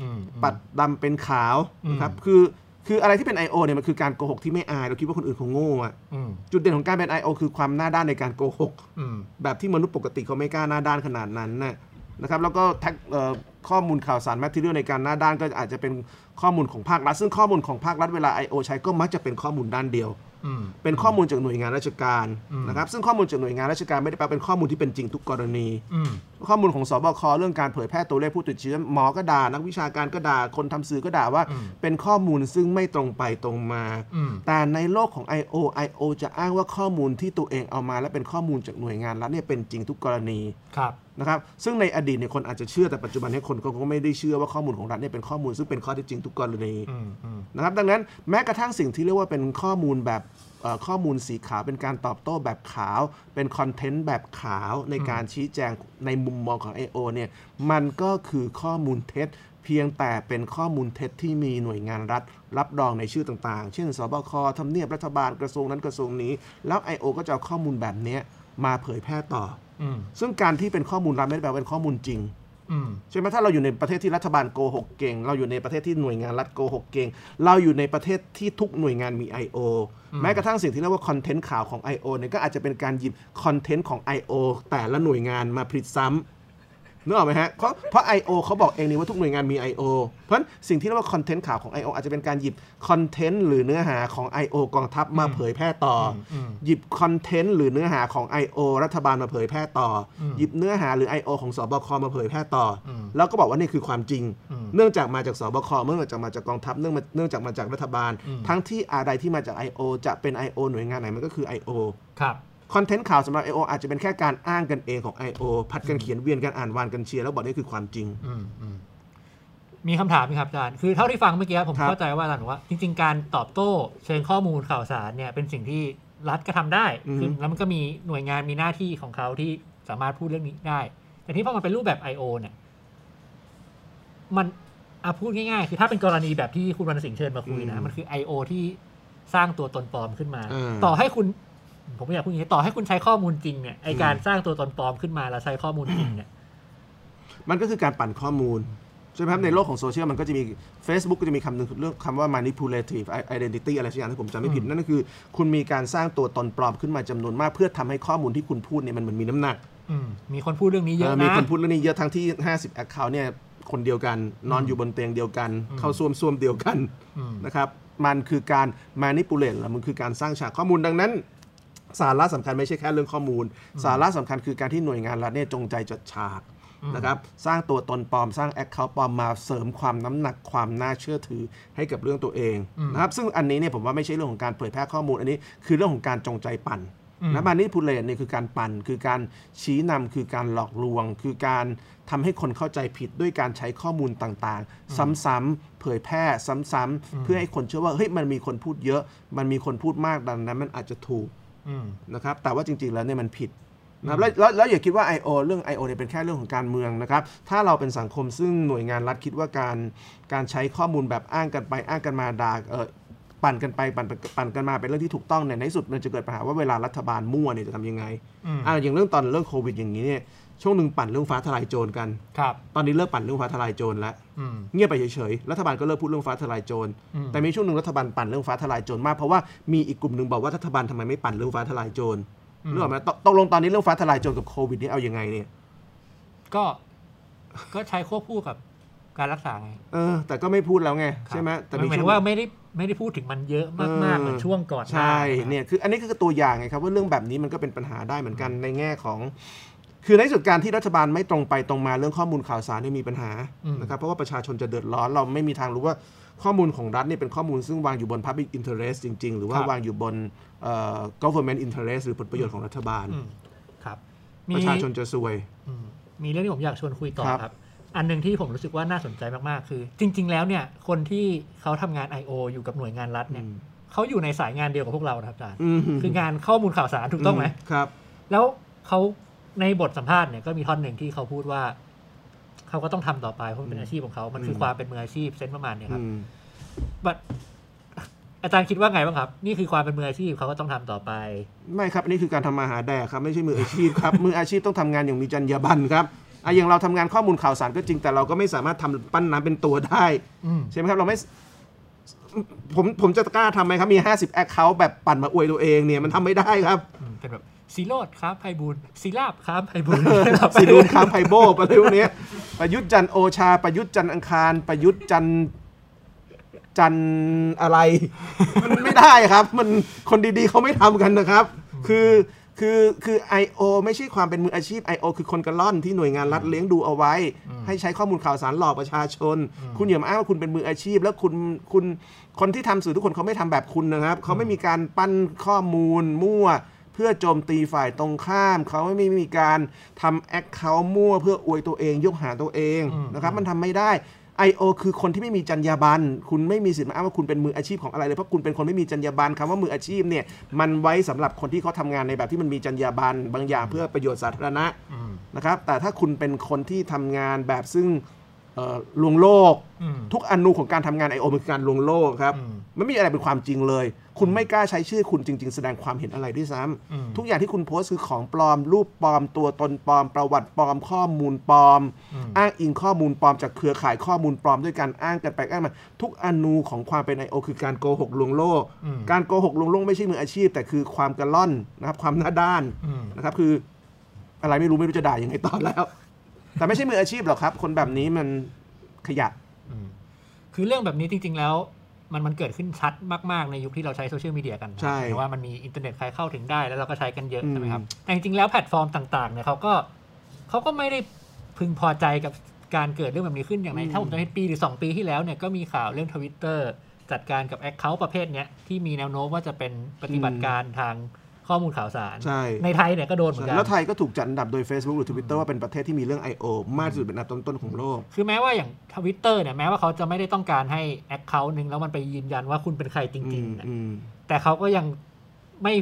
Speaker 2: อืม
Speaker 1: ปัดดำเป็นขาว
Speaker 2: อืม
Speaker 1: นะครับ คือ คืออะไรที่เป็น I.O. เนี่ย มันคือการโกหกที่ไม่อาย เราคิดว่าคนอื่นเขาโง่อะ
Speaker 2: อืม
Speaker 1: จุดเด่นของการเป็น I.O. คือความหน้าด้านในการโกหก
Speaker 2: อืม
Speaker 1: แบบที่มนุษย์ปกติเขาไม่กล้าหน้าด้านขนาดนั้นนะ นะครับแล้วก็แท็กเอ่อข้อมูลข่าวสารแมทเทียลในการหน้าด้านก็อาจจะเป็นข้อมูลของภาครัฐ ซึ่งข้อมูลของภาครัฐเวลา I.O. ใช้ก็มักจะเป็นข้อมูลด้านเดียว
Speaker 2: อืม
Speaker 1: เป็นข้อมูลจากหน่วยงานราชการ
Speaker 2: อืม
Speaker 1: นะครับซึ่งข้อมูลจากหน่วยงานราชการไม่ได้แปลเป็นข้อมูลที่เป็นจริงทุกกรณี
Speaker 2: อืม
Speaker 1: ข้อมูลของสบคเรื่องการเผยแพร่ตัวเลขผู้ติดเชื้อหมอก็ด่านักวิชาการก็ด่าคนทำสื่อก็ด่าว่า
Speaker 2: อืม
Speaker 1: เป็นข้อมูลซึ่งไม่ตรงไปตรงมา
Speaker 2: อืม
Speaker 1: แต่ในโลกของ I.O. I.O. จะอ้างว่าข้อมูลที่ตัวเองเอามา และเป็นข้อมูลจากหน่วยงานรัฐเนี่ยเป็นจริงทุกกรณี
Speaker 2: ครับ
Speaker 1: นะครับซึ่งในอดีตเนี่ยคนอาจจะเชื่อแต่ปัจจุบันเนี่ยคนก็คงไม่ได้เชื่อว่าข้อมูลของรัฐเนี่ยเป็นข้อมูลซึ่งเป็นข้อเท็จจริงทุกกรณี
Speaker 2: อืมอืม
Speaker 1: นะครับดังนั้นแม้กระทั่งสิ่งที่เรียกว่าเป็นข้อมูลแบบเอ่อข้อมูลสีขาวเป็นการตอบโต้แบบขาว เป็นคอนเทนต์แบบขาวในการชี้แจงในมุมมองของ I.O. เนี่ยมันก็คือข้อมูลเท็จ เพียงแต่เป็นข้อมูลเท็จที่มีหน่วยงานรัฐ รับรองในชื่อต่างๆ เช่นสบคทำเนียบรัฐบาลกระทรวงนั้นกระทรวงนี้ แล้ว I.O. ก็จะเอาข้อมูลแบบเนี้ยมาเผยแพร่ต่อ
Speaker 2: อืม
Speaker 1: ซึ่งการที่เป็นข้อมูลรัฐไม่ได้แปลว่าเป็นข้อมูลจริง
Speaker 2: อืม
Speaker 1: ใช่ไหมถ้าเราอยู่ในประเทศที่รัฐบาลโกหกเก่ง เราอยู่ในประเทศที่หน่วยงานรัฐโกหกเก่ง เราอยู่ในประเทศที่ทุกหน่วยงานมี I.O. แม้กระทั่งสิ่งที่เรียกว่าคอนเทนต์ข่าวของ I.O. เนี่ยก็อาจจะเป็นการหยิบคอนเทนต์ของ I.O. แต่ละหน่วยงานมาผลิตซ้ำนึกออกไหมฮะเพราะเพราะ I.O. เขาบอกเองนี่ว่าทุกหน่วยงานมี I.O. เพราะฉะนั้นสิ่งที่เรียกว่าคอนเทนต์ข่าวของ I.O. อาจจะเป็นการหยิบคอนเทนต์หรือเนื้อหาของ I.O. กองทัพมาเผยแพร่ต่ออ
Speaker 2: ม
Speaker 1: หยิบคอนเทนต์หรือเนื้อหาของ I.O. รัฐบาลมาเผยแพร่ต่ออหยิบเนื้อหาหรือ I.O. ของสบคมาเผยแพร่ต่ออ แล้วก็บอกว่านี่คือความจริง เนื่องจากมาจากสบคเนื่องจากมาจากกองทัพ เนื่องมาเนื่องจากมาจากรัฐบาล ทั้งที่อะไรที่มาจาก I.O. จะเป็น I.O. หน่วยงานไหนมันก็คือ I.O.
Speaker 2: ครับ
Speaker 1: คอนเทนต์ข่าวสำหรับ I.O. อาจจะเป็นแค่การอ้างกันเองของ I.O. พัดกันเขียนเวียนกันอ่านวานกันเชียร์แล้วบอกนี่คือความจริง
Speaker 2: อืมอืมมีคำถามไหมครับอาจารย์ คือเท่าที่ฟังเมื่อกี้ผม
Speaker 1: ครับ
Speaker 2: เข้าใจว่าอาจารย์บอกว่า จริง ๆ การตอบโต้เชิงข้อมูลข่าวสารเนี่ยเป็นสิ่งที่รัฐก็ทำได้คือแล้วมันก็มีหน่วยงานมีหน้าที่ของเขาที่สามารถพูดเรื่องนี้ได้ แต่ที่พอมันเป็นรูปแบบ I.O. เนี่ย มันอาพูดง่ายๆ คือถ้าเป็นกรณีแบบที่คุณวรรณสิงห์เชิญมาคุยนะ
Speaker 1: อืม
Speaker 2: มันคือ I.O. ที่สร้างตัวตนปลอมขึ้นมา
Speaker 1: เออ
Speaker 2: ต่อให้คุณ ผมไม่อยากพูดอย่างนี้ต่อให้คุณใช้ข้อมูลจริงเนี่ยไอการสร้างตัวตนปลอมขึ้นมาแล้วใช้ข้อมูลจริงเนี่ย
Speaker 1: มันก็คือการปั่นข้อมูล ใช่ไหมครับ ในโลกของโซเชียลมันก็จะมี Facebook ก็จะมีคำหนึ่งเรื่องคำว่า manipulative identity อะไรสักอย่างถ้าผมจำไม่ผิด นั่นก็คือ คุณมีการสร้างตัวตนปลอมขึ้นมาจำนวนมาก เพื่อทำให้ข้อมูลที่คุณพูดเนี่ยมันเหมือนมีน้ำหนัก
Speaker 2: อืมมีคนพูดเรื่องนี้เยอะ
Speaker 1: เอ
Speaker 2: นะ
Speaker 1: อมีคนพูดเรื่องนี้เยอะทั้งที่ 50 แอคเคาท์เนี่ย คนเดียวกัน นอนอยู่บนเตียงเดียวกัน เข้าซ่วมซ่วมเดียวกัน
Speaker 2: อืม
Speaker 1: นะครับ มันคือการ manipulate หรือมันคือการสร้างฉากข้อมูลดังนั้น สาระสำคัญไม่ใช่แค่เรื่องข้อมูล สาระสำคัญคือการที่หน่วยงานรัฐเนี่ยจงใจจัดฉากนะครับสร้างตัวตนปลอมสร้างแอคเคาท์ปลอมมาเสริมความน้ำหนักความน่าเชื่อถือให้กับเรื่องตัวเองนะครับซึ่งอันนี้เนี่ยผมว่าไม่ใช่เรื่องของการเผยแพร่ข้อมูลอันนี้คือเรื่องของการจงใจปั่นนะมานี่พูเลนเนี่ยคือการปั่น คือการชี้นำคือการหลอกลวง คือการทำให้คนเข้าใจผิดด้วยการใช้ข้อมูลต่างๆ ซ้ำๆเผยแพร่ซ้ำๆเพื่อให้คนเชื่อว่าเฮ้ยมันมีคนพูดเยอะ มันมีคนพูดมากดังนั้นมันอาจจะถูก
Speaker 2: อืม
Speaker 1: นะครับแต่ว่าจริงๆ แล้วเนี่ยมันผิดนะครับแล้วแล้วแล้วอย่าคิดว่า I.O. เรื่อง I.O. เนี่ยเป็นแค่เรื่องของการเมืองนะครับ ถ้าเราเป็นสังคมซึ่งหน่วยงานรัฐคิดว่าการการใช้ข้อมูลแบบอ้างกันไปอ้างกันมาด่าเออปั่นกันไปปั่นปั่นกันมาเป็นเรื่องที่ถูกต้องเนี่ยในที่สุดมันจะเกิดปัญหาว่าเวลารัฐบาลมั่วเนี่ยจะทำยังไง
Speaker 2: อืม
Speaker 1: อ่าอย่างเรื่องตอนเรื่องโควิดอย่างนี้เนี่ยช่วงหนึ่งปั่นเรื่องฟ้าทลายโจรกัน
Speaker 2: ครับ
Speaker 1: ตอนนี้เลิกปั่นเรื่องฟ้าทลายโจรแล้ว
Speaker 2: อืม
Speaker 1: เงียบไปเฉยๆ รัฐบาลก็เลิกพูดเรื่องฟ้าทลายโจร แต่มีช่วงหนึ่งรัฐบาลปั่นเรื่องฟ้าทลายโจรมาก เพราะว่ามีอีกกลุ่มหนึ่งบอกว่ารัฐบาลทำไมไม่ปั่นเรื่องฟ้าทลายโจรเรื่องไหมตตกลงตอนนี้เรื่องฟ้าทลายโจรกับโควิดนี่เอายังไงเนี่ย
Speaker 2: ก็ ก็ใช้ควบคู่กับการรักษาไง
Speaker 1: เออ แต่ก็ไม่พูดแล้วไงใช่ไหม
Speaker 2: ครับ
Speaker 1: แต่
Speaker 2: หมาย
Speaker 1: ช่ว
Speaker 2: ถึง
Speaker 1: ง
Speaker 2: ว่าไม่ได้ไม่ได้พูดถึงมันเยอะมาก
Speaker 1: เออ
Speaker 2: ๆเหมือนช่วงก่อนหา
Speaker 1: ใช่
Speaker 2: ะ
Speaker 1: เนี่ยคืออันนี้คือตัวอย่างไงครับว่าเรื่องแบบนี้มันก็เป็นปัญหาได้เหมือนกันในแง่ของ คือในที่สุดการที่รัฐบาลไม่ตรงไปตรงมาเรื่องข้อมูลข่าวสารเนี่ยมีปัญหานะครับเพราะว่าประชาชนจะเดือดร้อนเราไม่มีทางรู้ว่าข้อมูลของรัฐเนี่ยเป็นข้อมูลซึ่งวางอยู่บน Public Interest จริง ๆ หรือว่าวางอยู่บนเอ่อ government interest หรือผลประโยชน์ของรัฐบาล
Speaker 2: อืมครับ มี
Speaker 1: ประชาชนจะซวย
Speaker 2: อืมมีเรื่องที่ผมอยากชวนคุยต่อ
Speaker 1: ครับ
Speaker 2: ครับ อันหนึ่งที่ผมรู้สึกว่าน่าสนใจมากๆ คือ จริง ๆ แล้วเนี่ย คนที่เขาทำงาน I.O. อยู่กับหน่วยงานรัฐเนี่ยเขาอยู่ในสายงานเดียวกับพวกเรานะครับอาจารย์
Speaker 1: อืม
Speaker 2: คืองานข้อมูลข่าวสารถูกต้องไหม
Speaker 1: ครับ
Speaker 2: แล้วเขาในบทสัมภาษณ์เนี่ยก็มีท่อนหนึ่งที่เขาพูดว่า เขาก็ต้องทำต่อไปเพราะมันเป็นอาชีพของเขา มันคือ
Speaker 1: ม
Speaker 2: ความเป็นมืออาชีพเซนส์ประมาณเนี่ยครั
Speaker 1: อื
Speaker 2: บ
Speaker 1: ม
Speaker 2: บัด อาจารย์คิดว่าไงบ้างครับ นี่คือความเป็นมืออาชีพเขาก็ต้องทำต่อไป
Speaker 1: ไม่ครับอันนี้คือการทำมาหาแดกครับไม่ใช่มืออาชีพ ครับ มืออาชีพต้องทำงานอย่างมีจรรยาบรรณครับอ่ะอย่างเราทำงานข้อมูลข่าวสารก็จริงแต่เราก็ไม่สามารถทำปั้นน้ำเป็นตัวได้
Speaker 2: อืม
Speaker 1: ใช่ไหมครับเราไม่สผมผมจะกล้าทำไหมครับ มี 50 แอคเคาท์แบบปั่นมาอวยตัวเองเนี่ย มันทำไม่ได้ครับ
Speaker 2: เป็นแบบ ซีโรดครับไพบูลย์ซีลาบครับไพบูลย์
Speaker 1: สิรูนคามไพโบอะไรพวกเนี้ยประยุทธ์จันทร์โอชา ประยุทธ์จันทร์อังคาร ประยุทธ์จันทร์จันทร์อะไร มันไม่ได้ครับ มันคนดีๆเขาไม่ทำกันนะครับ คือคือคือ I.O. ไม่ใช่ความเป็นมืออาชีพ I.O. คือคนกระล่อนที่หน่วยงานรัฐเลี้ยงดูเอาไว้ ให้ใช้ข้อมูลข่าวสารหลอกประชาชน คุณอย่ามาอ้างว่าคุณเป็นมืออาชีพ แล้วคุณคุณคนที่ทำสื่อทุกคนเขาไม่ทำแบบคุณนะครับ เขาไม่มีการปั้นข้อมูลมั่ว เพื่อโจมตีฝ่ายตรงข้าม เขาไม่มีมีการทำแอคเคาท์มั่วเพื่ออวยตัวเอง ยกหาตัวเอง
Speaker 2: อืม
Speaker 1: นะครับ มันทำไม่ได้ I.O. คือคนที่ไม่มีจรรยาบรรณคุณไม่มีสิทธิ์มาอ้างว่าคุณเป็นมืออาชีพของอะไรเลยเพราะคุณเป็นคนไม่มีจรรยาบรรณคำว่ามืออาชีพเนี่ยมันไว้สำหรับคนที่เขาทำงานในแบบที่มันมีจรรยาบรรณบางอย่างเพื่อประโยชน์สาธารณะ
Speaker 2: อืม
Speaker 1: นะครับแต่ถ้าคุณเป็นคนที่ทำงานแบบซึ่งเอ่อลวงโลก
Speaker 2: อืม
Speaker 1: ทุกอนุของการทำงาน I.O. มันคือการลวงโลกครับ
Speaker 2: อืม
Speaker 1: มันไม่มีอะไรเป็นความจริงเลย คุณไม่กล้าใช้ชื่อคุณจริง ๆ แสดงความเห็นอะไรด้วยซ้ำ
Speaker 2: อืม
Speaker 1: ทุกอย่างที่คุณโพสต์คือของปลอม รูปปลอมตัวตนปลอม ประวัติปลอมข้อมูลปลอม
Speaker 2: อืม
Speaker 1: อ้างอิงข้อมูลปลอมจากเครือข่ายข้อมูลปลอมด้วยการอ้างกันไปอ้างมาทุกอนูของความเป็น I.O. คือการโกหกลวงโลก
Speaker 2: อืม
Speaker 1: การโกหกลวงโลกไม่ใช่มืออาชีพ แต่คือความกระล่อนนะครับความหน้าด้าน
Speaker 2: อืม
Speaker 1: นะครับคืออะไรไม่รู้ไม่รู้จะด่ายังไงต่อแล้ว แต่ไม่ใช่มืออาชีพหรอกครับ คนแบบนี้มันขยะ
Speaker 2: อืมคือเรื่องแบบนี้จริง ๆ แล้ว มันมันเกิดขึ้นชัดมาก ๆ ในยุคที่เราใช้โซเชียลมีเดียกัน
Speaker 1: ใช่
Speaker 2: หมายถึงว่ามันมีอินเทอร์เน็ตใครเข้าถึงได้แล้วเราก็ใช้กันเยอะ
Speaker 1: อืม
Speaker 2: ใช่ไหมครับ แต่จริง ๆ แล้วแพลตฟอร์มต่างๆเนี่ยเขาก็เขาก็ไม่ได้พึงพอใจกับการเกิดเรื่องแบบนี้ขึ้นอย่างไรถ้าผมจำไม่ผิดปีหรือ 2 ปีที่แล้วเนี่ยก็มีข่าวเรื่องทวิตเตอร์จัดการกับแอคเคาท์ประเภทเนี้ยที่มีแนวโน้มว่าจะเป็นปฏิบัติการทางข้อมูลข่าวสาร
Speaker 1: ใช่
Speaker 2: ในไทยเนี่ยก็โดนเหมือนกัน
Speaker 1: แล้วไทยก็ถูกจัดอันดับโดย Facebook หรือ Twitter ว่าเป็นประเทศที่มีเรื่อง I.O. มากที่สุดเป็นอันดับต้นๆของโลก
Speaker 2: คือแม้ว่าอย่างทวิตเตอร์เนี่ยแม้ว่าเขาจะไม่ได้ต้องการให้แอคเคาท์หนึ่งแล้วมันไปยืนยันว่าคุณเป็นใครจริงๆเนี่ย
Speaker 1: อืม
Speaker 2: แต่เขาก็ยังไม่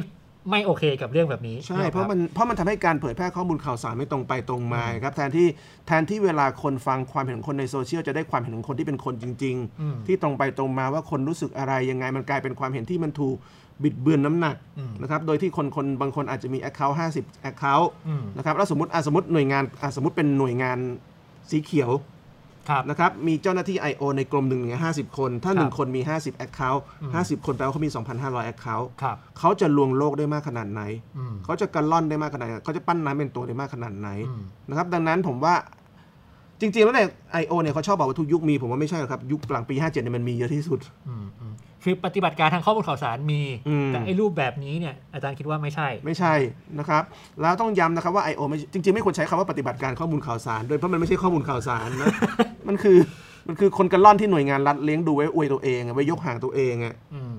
Speaker 2: ไม่โอเคกับเรื่องแบบนี้
Speaker 1: ใช่
Speaker 2: คบ
Speaker 1: เพราะมันเพราะมันทำให้การเผยแพร่ข้อมูลข่าวสารไม่ตรงไปตรงมาครับแทนที่แทนที่เวลาคนฟังความเห็นของคนในโซเชียลจะได้ความเห็นของคนที่เป็นคนจริง
Speaker 2: อืม
Speaker 1: ๆ ที่ตรงไปตรงมาว่าคนรู้สึกอะไรยังไงมันกลายเป็นความเห็นที่มันถูกบิดเบือนน้ำหนัก
Speaker 2: อืม
Speaker 1: นะครับโดยที่คนคนบางคนอาจจะมี Account 50 Account
Speaker 2: อืม
Speaker 1: นะครับแล้วสมมติอ่ะสมมติหน่วยงานอ่ะสมมติเป็นหน่วยงานสีเขียว
Speaker 2: ครับ
Speaker 1: นะครับ มีเจ้าหน้าที่ I.O. ในกรมหนึ่งเนี่ยห้าสิบคน ถ้า
Speaker 2: ครับ
Speaker 1: หนึ่งคนมี 50 Account 50 คนแปลว่าเขามี 2,500 Account
Speaker 2: ครับ
Speaker 1: เขาจะลวงโลกได้มากขนาดไหน
Speaker 2: อืม
Speaker 1: เขาจะกระล่อนได้มากขนาดไหน เขาจะปั้นน้ำเป็นตัวได้มากขนาดไหน
Speaker 2: อืม
Speaker 1: นะครับ ดังนั้นผมว่าจริง ๆ แล้วเนี่ย I.O. เนี่ยเขาชอบบอกว่าทุกยุคมี ผมว่าไม่ใช่หรอกครับ ยุคหลังปี 57เนี่ยมันมีเยอะที่สุด
Speaker 2: อืมอืมคือปฏิบัติการทางข้อมูลข่าวสารมี
Speaker 1: อืม
Speaker 2: แต่ไอ้รูปแบบนี้เนี่ยอาจารย์คิดว่าไม่ใช่
Speaker 1: ไม่ใช่นะครับ แล้วต้องย้ำนะครับว่า I.O. ไม่ใช่จริง ๆ ไม่ควรใช้คำว่าปฏิบัติการข้อมูลข่าวสารด้วยเพราะมันไม่ใช่ข้อมูลข่าวสารนะ มันคือมันคือคนกระล่อนที่หน่วยงานรัฐเลี้ยงดูไว้อวยตัวเองอะไว้ยกห่างตัวเองอะ
Speaker 2: อืม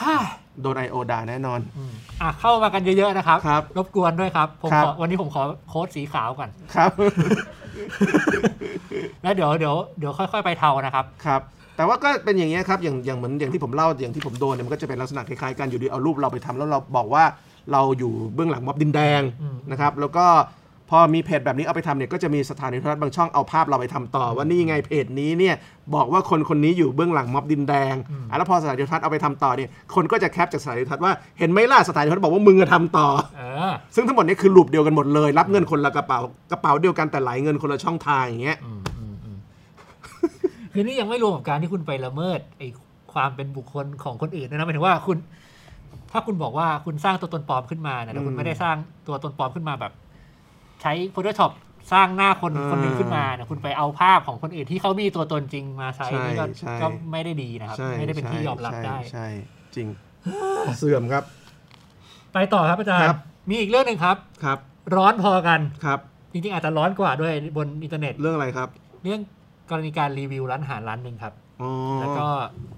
Speaker 2: ฮ่า
Speaker 1: โดนไอโอด่าแน่นอน
Speaker 2: อืมอ่ะเข้ามากันเยอะๆนะครับ
Speaker 1: ครับ
Speaker 2: รบกวนด้วยครับผม
Speaker 1: ครับ
Speaker 2: ขอวันนี้ผมขอโค้ดสีขาวก่อน
Speaker 1: ครับ
Speaker 2: แล้วเดี๋ยวเดี๋ยวเดี๋ยวค่อยๆไปเทานะครับ
Speaker 1: ครับ แต่ว่าก็เป็นอย่างนี้ยครับ อย่างอย่างเหมือนอย่างที่ผมเล่าอย่างที่ผมโดนเนี่ยมันก็จะเป็นลักษณะคล้ายๆกันอยู่ดีเอารูปเราไปทำแล้วเราบอกว่าเราอยู่เบื้องหลังม็อบดินแดง
Speaker 2: อืม
Speaker 1: นะครับ แล้วก็พอมีเพจแบบนี้เอาไปทำเนี่ยก็จะมีสถานีโทรทัศน์บางช่องเอาภาพเราไปทำต่อว่านี่ไงเพจนี้เนี่ยบอกว่าคนคนนี้อยู่เบื้องหลังม็อบดินแดงอ่ะแล้วพอสถานีโทรทัศน์เอาไปทำต่อเนี่ยคนก็จะแคปจากสถานีโทรทัศน์ว่าเห็นไหมล่ะสถานีโทรทัศน์บอกว่ามึงอะทำต่อ
Speaker 2: เออ
Speaker 1: ซึ่งทั้งหมดนี้คือรูปเดียวกันหมดเลย รับเงินคนละกระเป๋ากระเป๋าเดียวกันแต่ไหลเงินคนละช่องทางอย่างเงี้ย
Speaker 2: อืมอืมอืมคือนี่ยังไม่รวมกับการที่คุณไปละเมิดไอ้ความเป็นบุคคลของคนอื่นด้วยนะหมายถึงว่าคุณ ถ้าคุณบอกว่าคุณสร้างตัวตนปลอมขึ้นมาเนี่ยแต่คุณ
Speaker 1: อืม
Speaker 2: ไม่ได้สร้างตัวตนปลอมขึ้นมาแบบ ใช้ Photoshop สร้างหน้าคน
Speaker 1: อ่า
Speaker 2: คนหนึ่งขึ้นมาเนี่ยคุณไปเอาภาพของคนอื่นที่เขามีตัวตนจริงมาใช้
Speaker 1: ใช่
Speaker 2: นี่ก็
Speaker 1: ใช่
Speaker 2: ก็ไม่ได้ดีนะครับ
Speaker 1: ใช่
Speaker 2: ไม่ได้เป็นที่ยอมรับ
Speaker 1: ใช่
Speaker 2: ได้
Speaker 1: ใช่จริง เสื่อมครับ
Speaker 2: ไปต่อครับอาจารย์
Speaker 1: ครับ
Speaker 2: มีอีกเรื่องหนึ่งครับ
Speaker 1: ครับ
Speaker 2: ร้อนพอกัน
Speaker 1: ครับ
Speaker 2: จริงๆอาจจะร้อนกว่าด้วยบนอินเทอร์เน็ต
Speaker 1: เรื่องอะไรครับ
Speaker 2: เรื่องกรณีการรีวิวร้านอาหารร้านหนึ่งครับ
Speaker 1: อ๋อ
Speaker 2: แล้วก็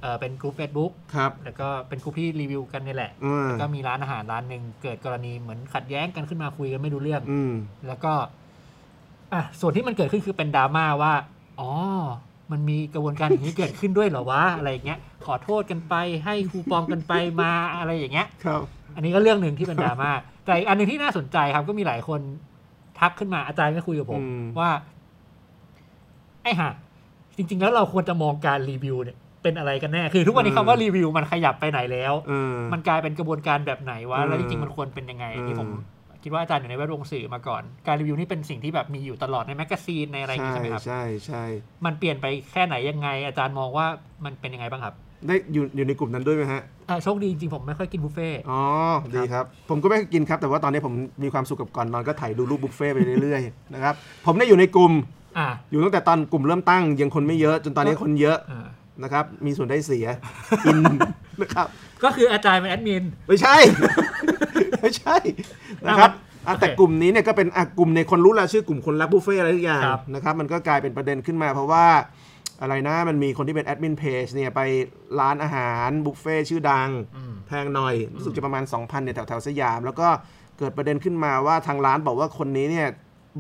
Speaker 2: เอ่อเป็นกลุ่ม Facebook
Speaker 1: ครับ
Speaker 2: แล้วก็เป็นกลุ่มที่รีวิวกันนี่แหละ
Speaker 1: อืม
Speaker 2: ก็มีร้านอาหารร้านหนึ่งเกิดกรณีเหมือนขัดแย้งกันขึ้นมาคุยกันไม่รู้เรื่อง
Speaker 1: อืม
Speaker 2: แล้วก็อ่ะส่วนที่มันเกิดขึ้นคือเป็นดราม่าว่า อ๋อ มันมีกระบวนการอย่างนี้เกิดขึ้นด้วยเหรอวะอะไรอย่างเงี้ย ขอโทษกันไปให้คูปองกันไปมาอะไรอย่างเงี้ย
Speaker 1: ครับ
Speaker 2: อันนี้ก็เรื่องหนึ่งที่เป็นดรา ม่า แต่อีกอันหนึ่งที่น่าสนใจครับ ก็มีหลายคนทักขึ้นมาอาจารย์ก็คุยกับผมว่า ไอ้ห่าจริง ๆ แล้วเราควรจะมองการรีวิวเนี่ย เป็นอะไรกันแน่ คือทุกวันนี้คำว่ารีวิวมันขยับไปไหนแล้ว
Speaker 1: เออ
Speaker 2: มันกลายเป็นกระบวนการแบบไหนวะ
Speaker 1: อืม
Speaker 2: แล้วจริงๆมันควรเป็นยังไง
Speaker 1: อืม
Speaker 2: ที่ผมคิดว่าอาจารย์อยู่ในแวดวงสื่อมาก่อน การรีวิวนี่เป็นสิ่งที่แบบมีอยู่ตลอดในแมกกาซีนในอะไรอย่าง
Speaker 1: ใช่
Speaker 2: นี้ใช่ไหมครับ
Speaker 1: ใช่ใช่
Speaker 2: มันเปลี่ยนไปแค่ไหนยังไง อาจารย์มองว่ามันเป็นยังไงบ้างครับ
Speaker 1: ได้อยู่อยู่ในกลุ่มนั้นด้วยไหมฮะ
Speaker 2: อ่ะโชคดีจริงๆผมไม่ค่อยกินบุฟเฟ่ต์
Speaker 1: อ๋อ ดีครับ ผมก็ไม่กินครับ แต่ว่าตอนนี้ผมมีความสุขกับก่อนนอนก็ถ่ายดูรูปบุฟเฟ่ต์ไปเรื่อยๆ นะครับ ผมได้อยู่ในกลุ่ม
Speaker 2: อ่ะ
Speaker 1: อยู่ตั้งแต่ตอนกลุ่มเริ่มตั้ง ยังคนไม่เยอะ จนตอนนี้คนเยอะ
Speaker 2: อ่า
Speaker 1: นะครับ มีส่วนได้เสีย อินนะครับ
Speaker 2: ก็คืออาจารย์เป็นแอดมิน
Speaker 1: ไม่ใช่ ไม่ใช่นะครับอ่ะแต่
Speaker 2: โอเค
Speaker 1: กลุ่มนี้เนี่ยก็เป็นอ่ะกลุ่มในคนรู้ละชื่อกลุ่มคนรักบุฟเฟ่ต์อะไรทุกอย่าง
Speaker 2: ครับ
Speaker 1: นะครับ มันก็กลายเป็นประเด็นขึ้นมาเพราะว่าอะไรนะมันมีคนที่เป็นแอดมินเพจเนี่ยไปร้านอาหารบุฟเฟ่ต์ชื่อดัง
Speaker 2: อืม
Speaker 1: แพงหน่อย รู้สึกจะประมาณ 2,000เนี่ยแถวแถวๆสยาม แล้วก็เกิดประเด็นขึ้นมาว่าทางร้านบอกว่าคนนี้เนี่ย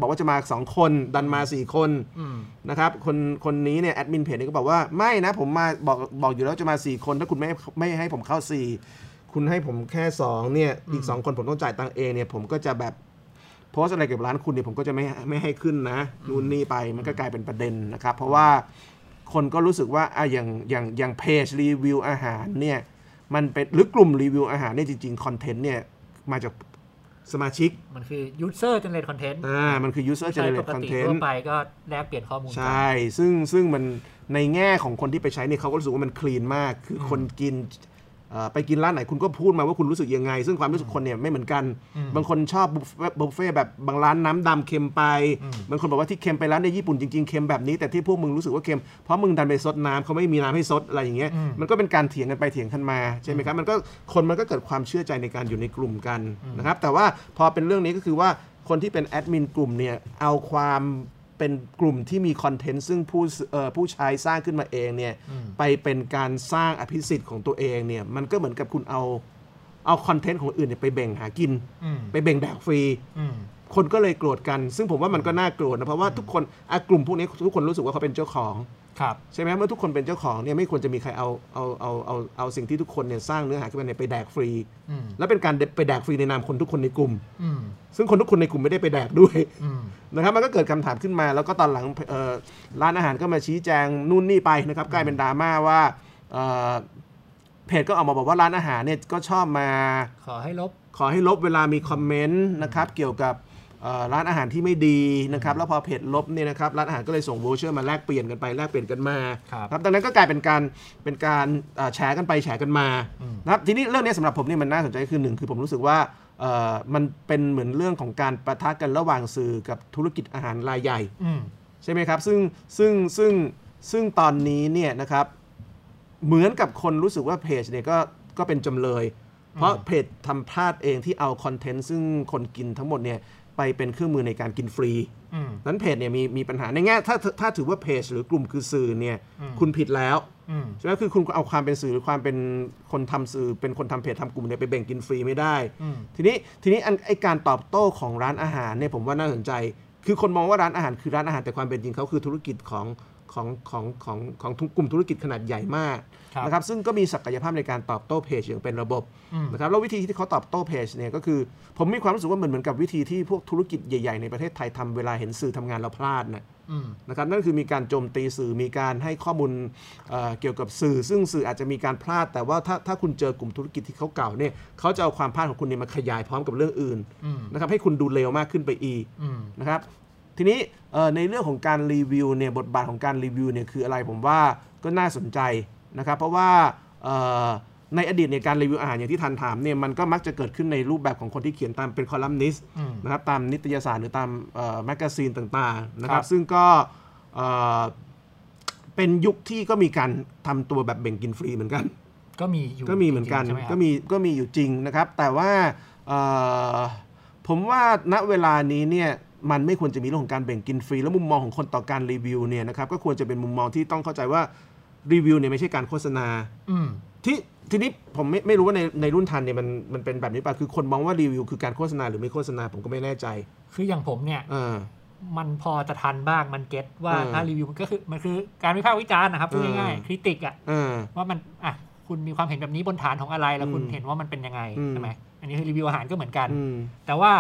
Speaker 1: บอกว่าจะมา 2 คนดันมา 4 คน
Speaker 2: อืม
Speaker 1: นะครับคนคนนี้เนี่ยแอดมินเพจเนี่ยก็บอกว่าไม่นะผมมาบอกบอกอยู่แล้วจะมา 4 คน ถ้าคุณไม่ให้ไม่ให้ผมเข้า 4 คุณให้ผมแค่ 2 เนี่ย อีก 2 คนผมต้องจ่ายตังค์เองเนี่ยผมก็จะแบบโพสต์อะไรเกี่ยวกับร้านคุณเนี่ยผมก็จะไม่ไม่ให้ขึ้นนะนู่นนี่ไปมันก็กลายเป็นประเด็นนะครับ เพราะว่าคนก็รู้สึกว่าอ่ะอย่างอย่างอย่างเพจรีวิวอาหารเนี่ยมันเป็นหรือกลุ่มรีวิวอาหารเนี่ยจริงๆคอนเทนต์เนี่ยมาจากสมาชิก
Speaker 2: มันคือ user generate content
Speaker 1: อ่ามันคือ user
Speaker 2: ใช้ป
Speaker 1: generated
Speaker 2: กติ
Speaker 1: content
Speaker 2: ทั่วไปก็แลกเปลี่ยนข้อมูลกัน
Speaker 1: ใช่ ซึ่งซึ่งมันในแง่ของคนที่ไปใช้เนี่ยเขาก็รู้สึกว่ามันคลีนมาก คือคนกินเอ่อไปกินร้านไหนคุณก็พูดมาว่าคุณรู้สึกยังไง ซึ่งความรู้สึกคนเนี่ยไม่เหมือนกัน บางคนชอบบุฟเฟ่ต์บุฟเฟ่ต์แบบบางร้านน้ำดำเค็มไป บางคนบอกว่าที่เค็มไปร้านในญี่ปุ่นจริงๆเค็มแบบนี้ แต่ที่พวกมึงรู้สึกว่าเค็มเพราะมึงดันไปซดน้ำเขาไม่มีน้ำให้ซดอะไรอย่างเงี้ย มันก็เป็นการเถียงกันไปเถียงกันมาใช่ไหมครับ มันก็คนมันก็เกิดความเชื่อใจในการอยู่ในกลุ่มกันนะครับ แต่ว่าพอเป็นเรื่องนี้ก็คือว่าคนที่เป็นแอดมินกลุ่มเนี่ยเอาความ เป็นกลุ่มที่มีคอนเทนต์ซึ่งผู้สเอ่อผู้ใช้สร้างขึ้นมาเองเนี่ยไปเป็นการสร้างอภิสิทธิ์ของตัวเองเนี่ยมันก็เหมือนกับคุณเอาเอาคอนเทนต์ของอื่นเนี่ยไปแบ่งหากิน
Speaker 2: อืม
Speaker 1: ไปแบ่งแดกฟรี
Speaker 2: อืม
Speaker 1: คนก็เลยโกรธกัน ซึ่งผมว่ามันก็น่าโกรธนะเพราะว่าทุกคนอ่ะกลุ่มพวกนี้ทุกคนรู้สึกว่าเขาเป็นเจ้าของ
Speaker 2: ครับ
Speaker 1: ใช่ไหมเมื่อทุกคนเป็นเจ้าของเนี่ยไม่ควรจะมีใครเอาเอาเอาเอาเอาสิ่งที่ทุกคนเนี่ยสร้างเนื้อหาขึ้นมาเนี่ยไปแดกฟรี
Speaker 2: อืม
Speaker 1: และเป็นการไปแดกฟรีในนามคนทุกคนในกลุ่ม
Speaker 2: อืม
Speaker 1: ซึ่งคนทุกคนในกลุ่มไม่ได้ไปแดกด้วย
Speaker 2: อืม
Speaker 1: นะครับมันก็เกิดคำถามขึ้นมาแล้วก็ตอนหลังเอ่อร้านอาหารก็มาชี้แจงนู่นนี่ไปนะครับกลายเป็นดราม่าว่าเอ่อเพจก็ออกมาบอกว่าร้านอาหารเนี่ยก็ชอบมา
Speaker 2: ขอให้ลบ
Speaker 1: ขอให้ลบเวลามีคอมเมนต์นะครับเกี่ยวกับเอ่อร้านอาหารที่ไม่ดีนะครับแล้วพอเพจลบเนี่ยนะครับร้านอาหารก็เลยส่งโวเชอร์มาแลกเปลี่ยนกันไปแลกเปลี่ยนกันมา
Speaker 2: ครับ
Speaker 1: ดังนั้นก็กลายเป็นการเป็นการเอ่อแชร์กันไปแชร์กันมา
Speaker 2: อืม
Speaker 1: นะครับทีนี้เรื่องนี้สำหรับผมเนี่ยมันน่าสนใจคือหนึ่งคือผมรู้สึกว่าเอ่อมันเป็นเหมือนเรื่องของการประทะกันระหว่างสื่อกับธุรกิจอาหารรายใหญ่
Speaker 2: อืม
Speaker 1: ใช่ไหมครับ ซึ่งซึ่งซึ่งซึ่งตอนนี้เนี่ยนะครับเหมือนกับคนรู้สึกว่าเพจเนี่ยก็ก็เป็นจำเลย เพราะเพจทำพลาดเองที่เอาคอนเทนต์ซึ่งคนกินทั้งหมดเนี่ยไปเป็นเครื่องมือในการกินฟรี
Speaker 2: อืม
Speaker 1: นั้นเพจเนี่ยมีมีปัญหาในแง่ถ้าถ้าถือว่าเพจหรือกลุ่มคือสื่อเนี่ย
Speaker 2: อืม
Speaker 1: คุณผิดแล้ว
Speaker 2: อืม
Speaker 1: ใช่ไหมคือคุณเอาความเป็นสื่อหรือความเป็นคนทำสื่อเป็นคนทำเพจทำกลุ่มเนี่ยไปแบ่งกินฟรีไม่ได้
Speaker 2: อืม
Speaker 1: ทีนี้ทีนี้อันไอการตอบโต้ของร้านอาหารเนี่ยผมว่าน่าสนใจ คือคนมองว่าร้านอาหารคือร้านอาหารแต่ความเป็นจริงเขาคือธุรกิจของของของของของทุกกลุ่มธุรกิจขนาดใหญ่มาก
Speaker 2: ครับ
Speaker 1: นะครับซึ่งก็มีศักยภาพในการตอบโต้เพจอย่างเป็นระบบ
Speaker 2: อืม
Speaker 1: นะครับแล้ววิธีที่เขาตอบโต้เพจเนี่ยก็คือ ผมมีความรู้สึกว่ามันเหมือนกับวิธีที่พวกธุรกิจใหญ่ๆในประเทศไทยทำเวลาเห็นสื่อทำงานเราพลาดนะ
Speaker 2: อืม
Speaker 1: นะครับนั่นคือมีการโจมตีสื่อมีการให้ข้อมูลเอ่อเกี่ยวกับสื่อ ซึ่งสื่ออาจจะมีการพลาด แต่ว่าถ้าถ้าคุณเจอกลุ่มธุรกิจที่เขาเก่าเนี่ยเขาจะเอาความพลาดของคุณเนี่ยมาขยายพร้อมกับเรื่องอื่น
Speaker 2: อืม
Speaker 1: นะครับให้คุณดูเลวมากขึ้นไปอีก
Speaker 2: อืม
Speaker 1: นะครับทีนี้เอ่อในเรื่องของการรีวิวเนี่ยบทบาทของการรีวิวเนี่ยคืออะไรผมว่าก็น่าสนใจนะครับเพราะว่าเอ่อในอดีตในยการรีวิวอาหารอย่างที่ทันถามเนี่ยมันก็มักจะเกิดขึ้นในรูปแบบของคนที่เขียนตามเป็นคอลัมนิส
Speaker 2: อืม
Speaker 1: นะครับตามนิตยสารหรือตามเอ่อแมกกาซีนต่างๆนะค
Speaker 2: ครั
Speaker 1: รับบ ซึ่งก็เอ่อเป็นยุคที่ก็มีการทำตัวแบบแบ่งกินฟรีเหมือนกัน
Speaker 2: ก็มีอยู่
Speaker 1: ก็มีเหมือนกัน
Speaker 2: จริงๆใช่ไครับ
Speaker 1: ก็มีก็มีอยู่จริงนะครับ แต่ว่าเอ่อผมว่าณเวลานี้เนี่ยมันไม่ควรจะมีเรื่องของการแบ่งกินฟรี และมุมมองของคนต่อการรีวิวเนี่ยนะครับก็ควรจะเป็นมุมมองที่ต้องเข้าใจว่ารีวิวเนี่ยไม่ใช่การโฆษณา
Speaker 2: อืม
Speaker 1: ที่ทีนี้ผมไม่ไม่รู้ว่าในในรุ่นทันเนี่ยมันมันเป็นแบบนี้ป่ะคือคนมองว่ารีวิวคือการโฆษณาหรือไม่โฆษณาผมก็ไม่แน่ใจ
Speaker 2: คืออย่างผมเนี่ย
Speaker 1: เออ
Speaker 2: มันพอจะทันบ้าง มันเก็ตว่า
Speaker 1: เออ
Speaker 2: ถ้ารีวิวมันก็คือมันคือการวิพากษ์วิจารณ์นะครับพูด
Speaker 1: เออ
Speaker 2: ง่ายๆคริติกอะ
Speaker 1: เออ
Speaker 2: ว่ามันอ่ะคุณมีความเห็นแบบนี้บนฐานของอะไรแล้วคุณ
Speaker 1: อืม
Speaker 2: เห็นว่ามันเป็นยังไง
Speaker 1: อืม
Speaker 2: ใช่ไหมอันนี้คือรีวิวอาหารก็เหมือนกัน
Speaker 1: อืม
Speaker 2: แต่ว่า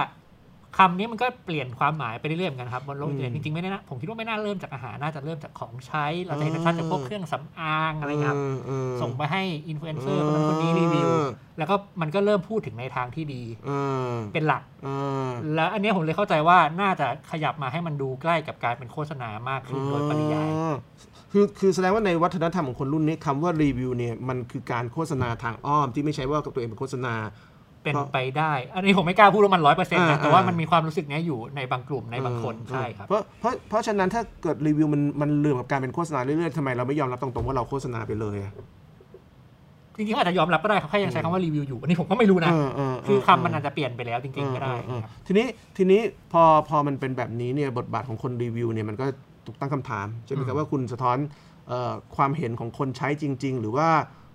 Speaker 2: คำนี้มันก็เปลี่ยนความหมายไปเรื่อยๆเหมือนกันครับบนโลกอินเทอร์เน็ต
Speaker 1: อืม
Speaker 2: จริงๆไม่ได้นะผมคิดว่าไม่น่าเริ่มจากอาหารน่าจะเริ่มจากของใช้เราจะเห็นชัดจากพวก
Speaker 1: อ่า
Speaker 2: เครื่องสำอางอะไรเงี้ยครับ
Speaker 1: เออเออ
Speaker 2: ส่งไปให้อินฟลูเอนเซอร์คนนั้นคนนี้รีวิว
Speaker 1: เออ
Speaker 2: แล้วก็มันก็เริ่มพูดถึงในทางที่ดี
Speaker 1: เออ
Speaker 2: เป็นหลัก
Speaker 1: เออ
Speaker 2: แล้วอันเนี้ยผมเลยเข้าใจว่าน่าจะขยับมาให้มันดูใกล้กับการเป็นโฆษณามากขึ้นโดยปริยาย
Speaker 1: เออ คือคือแสดงว่าในวัฒนธรรมของคนรุ่นนี้คำว่ารีวิวเนี่ยมันคือการโฆษณาทางอ้อมที่ไม่ใช่ว่ากับตัวเองเป็นโฆษณา
Speaker 2: เป็นไปได้ อันนี้ผมไม่กล้าพูดว่ามันร้อยเปอร์เซ็นต์
Speaker 1: อ่า
Speaker 2: นะ แต่ว่า
Speaker 1: อ่ามั
Speaker 2: มันมีความรู้สึกเนี้ยอยู่ในบางกลุ่มในบางคน
Speaker 1: เออ
Speaker 2: ใช่ครับ
Speaker 1: เพราะเพราะเพราะฉะนั้นถ้าเกิดรีวิวมันมันเลื่อมกับการเป็นโฆษณาเรื่อยๆทำไมเราไม่ยอมรับตรงๆว่าเราโฆษณาไปเลยอะ
Speaker 2: จริงๆเขาอาจจะยอมรับก็ได้เขาแค่ยังใช้คำว่ารีวิวอยู่ อันนี้ผมก็ไม่รู้นะ
Speaker 1: เออเเ
Speaker 2: คือคำมันอาจจะเปลี่ยนไปแล้วจริงๆก็ได้
Speaker 1: เออเออ
Speaker 2: ครับ
Speaker 1: เออทีนี้ทีนี้พอพอมันเป็นแบบนี้เนี่ยบทบาทของคนรีวิวเนี่ยมันก็ถูกตั้งคำถามใช่ไหมครับว่าคุณสะท้อนเอ่อความเห็นของคนใช้จริง ๆ หรือว่า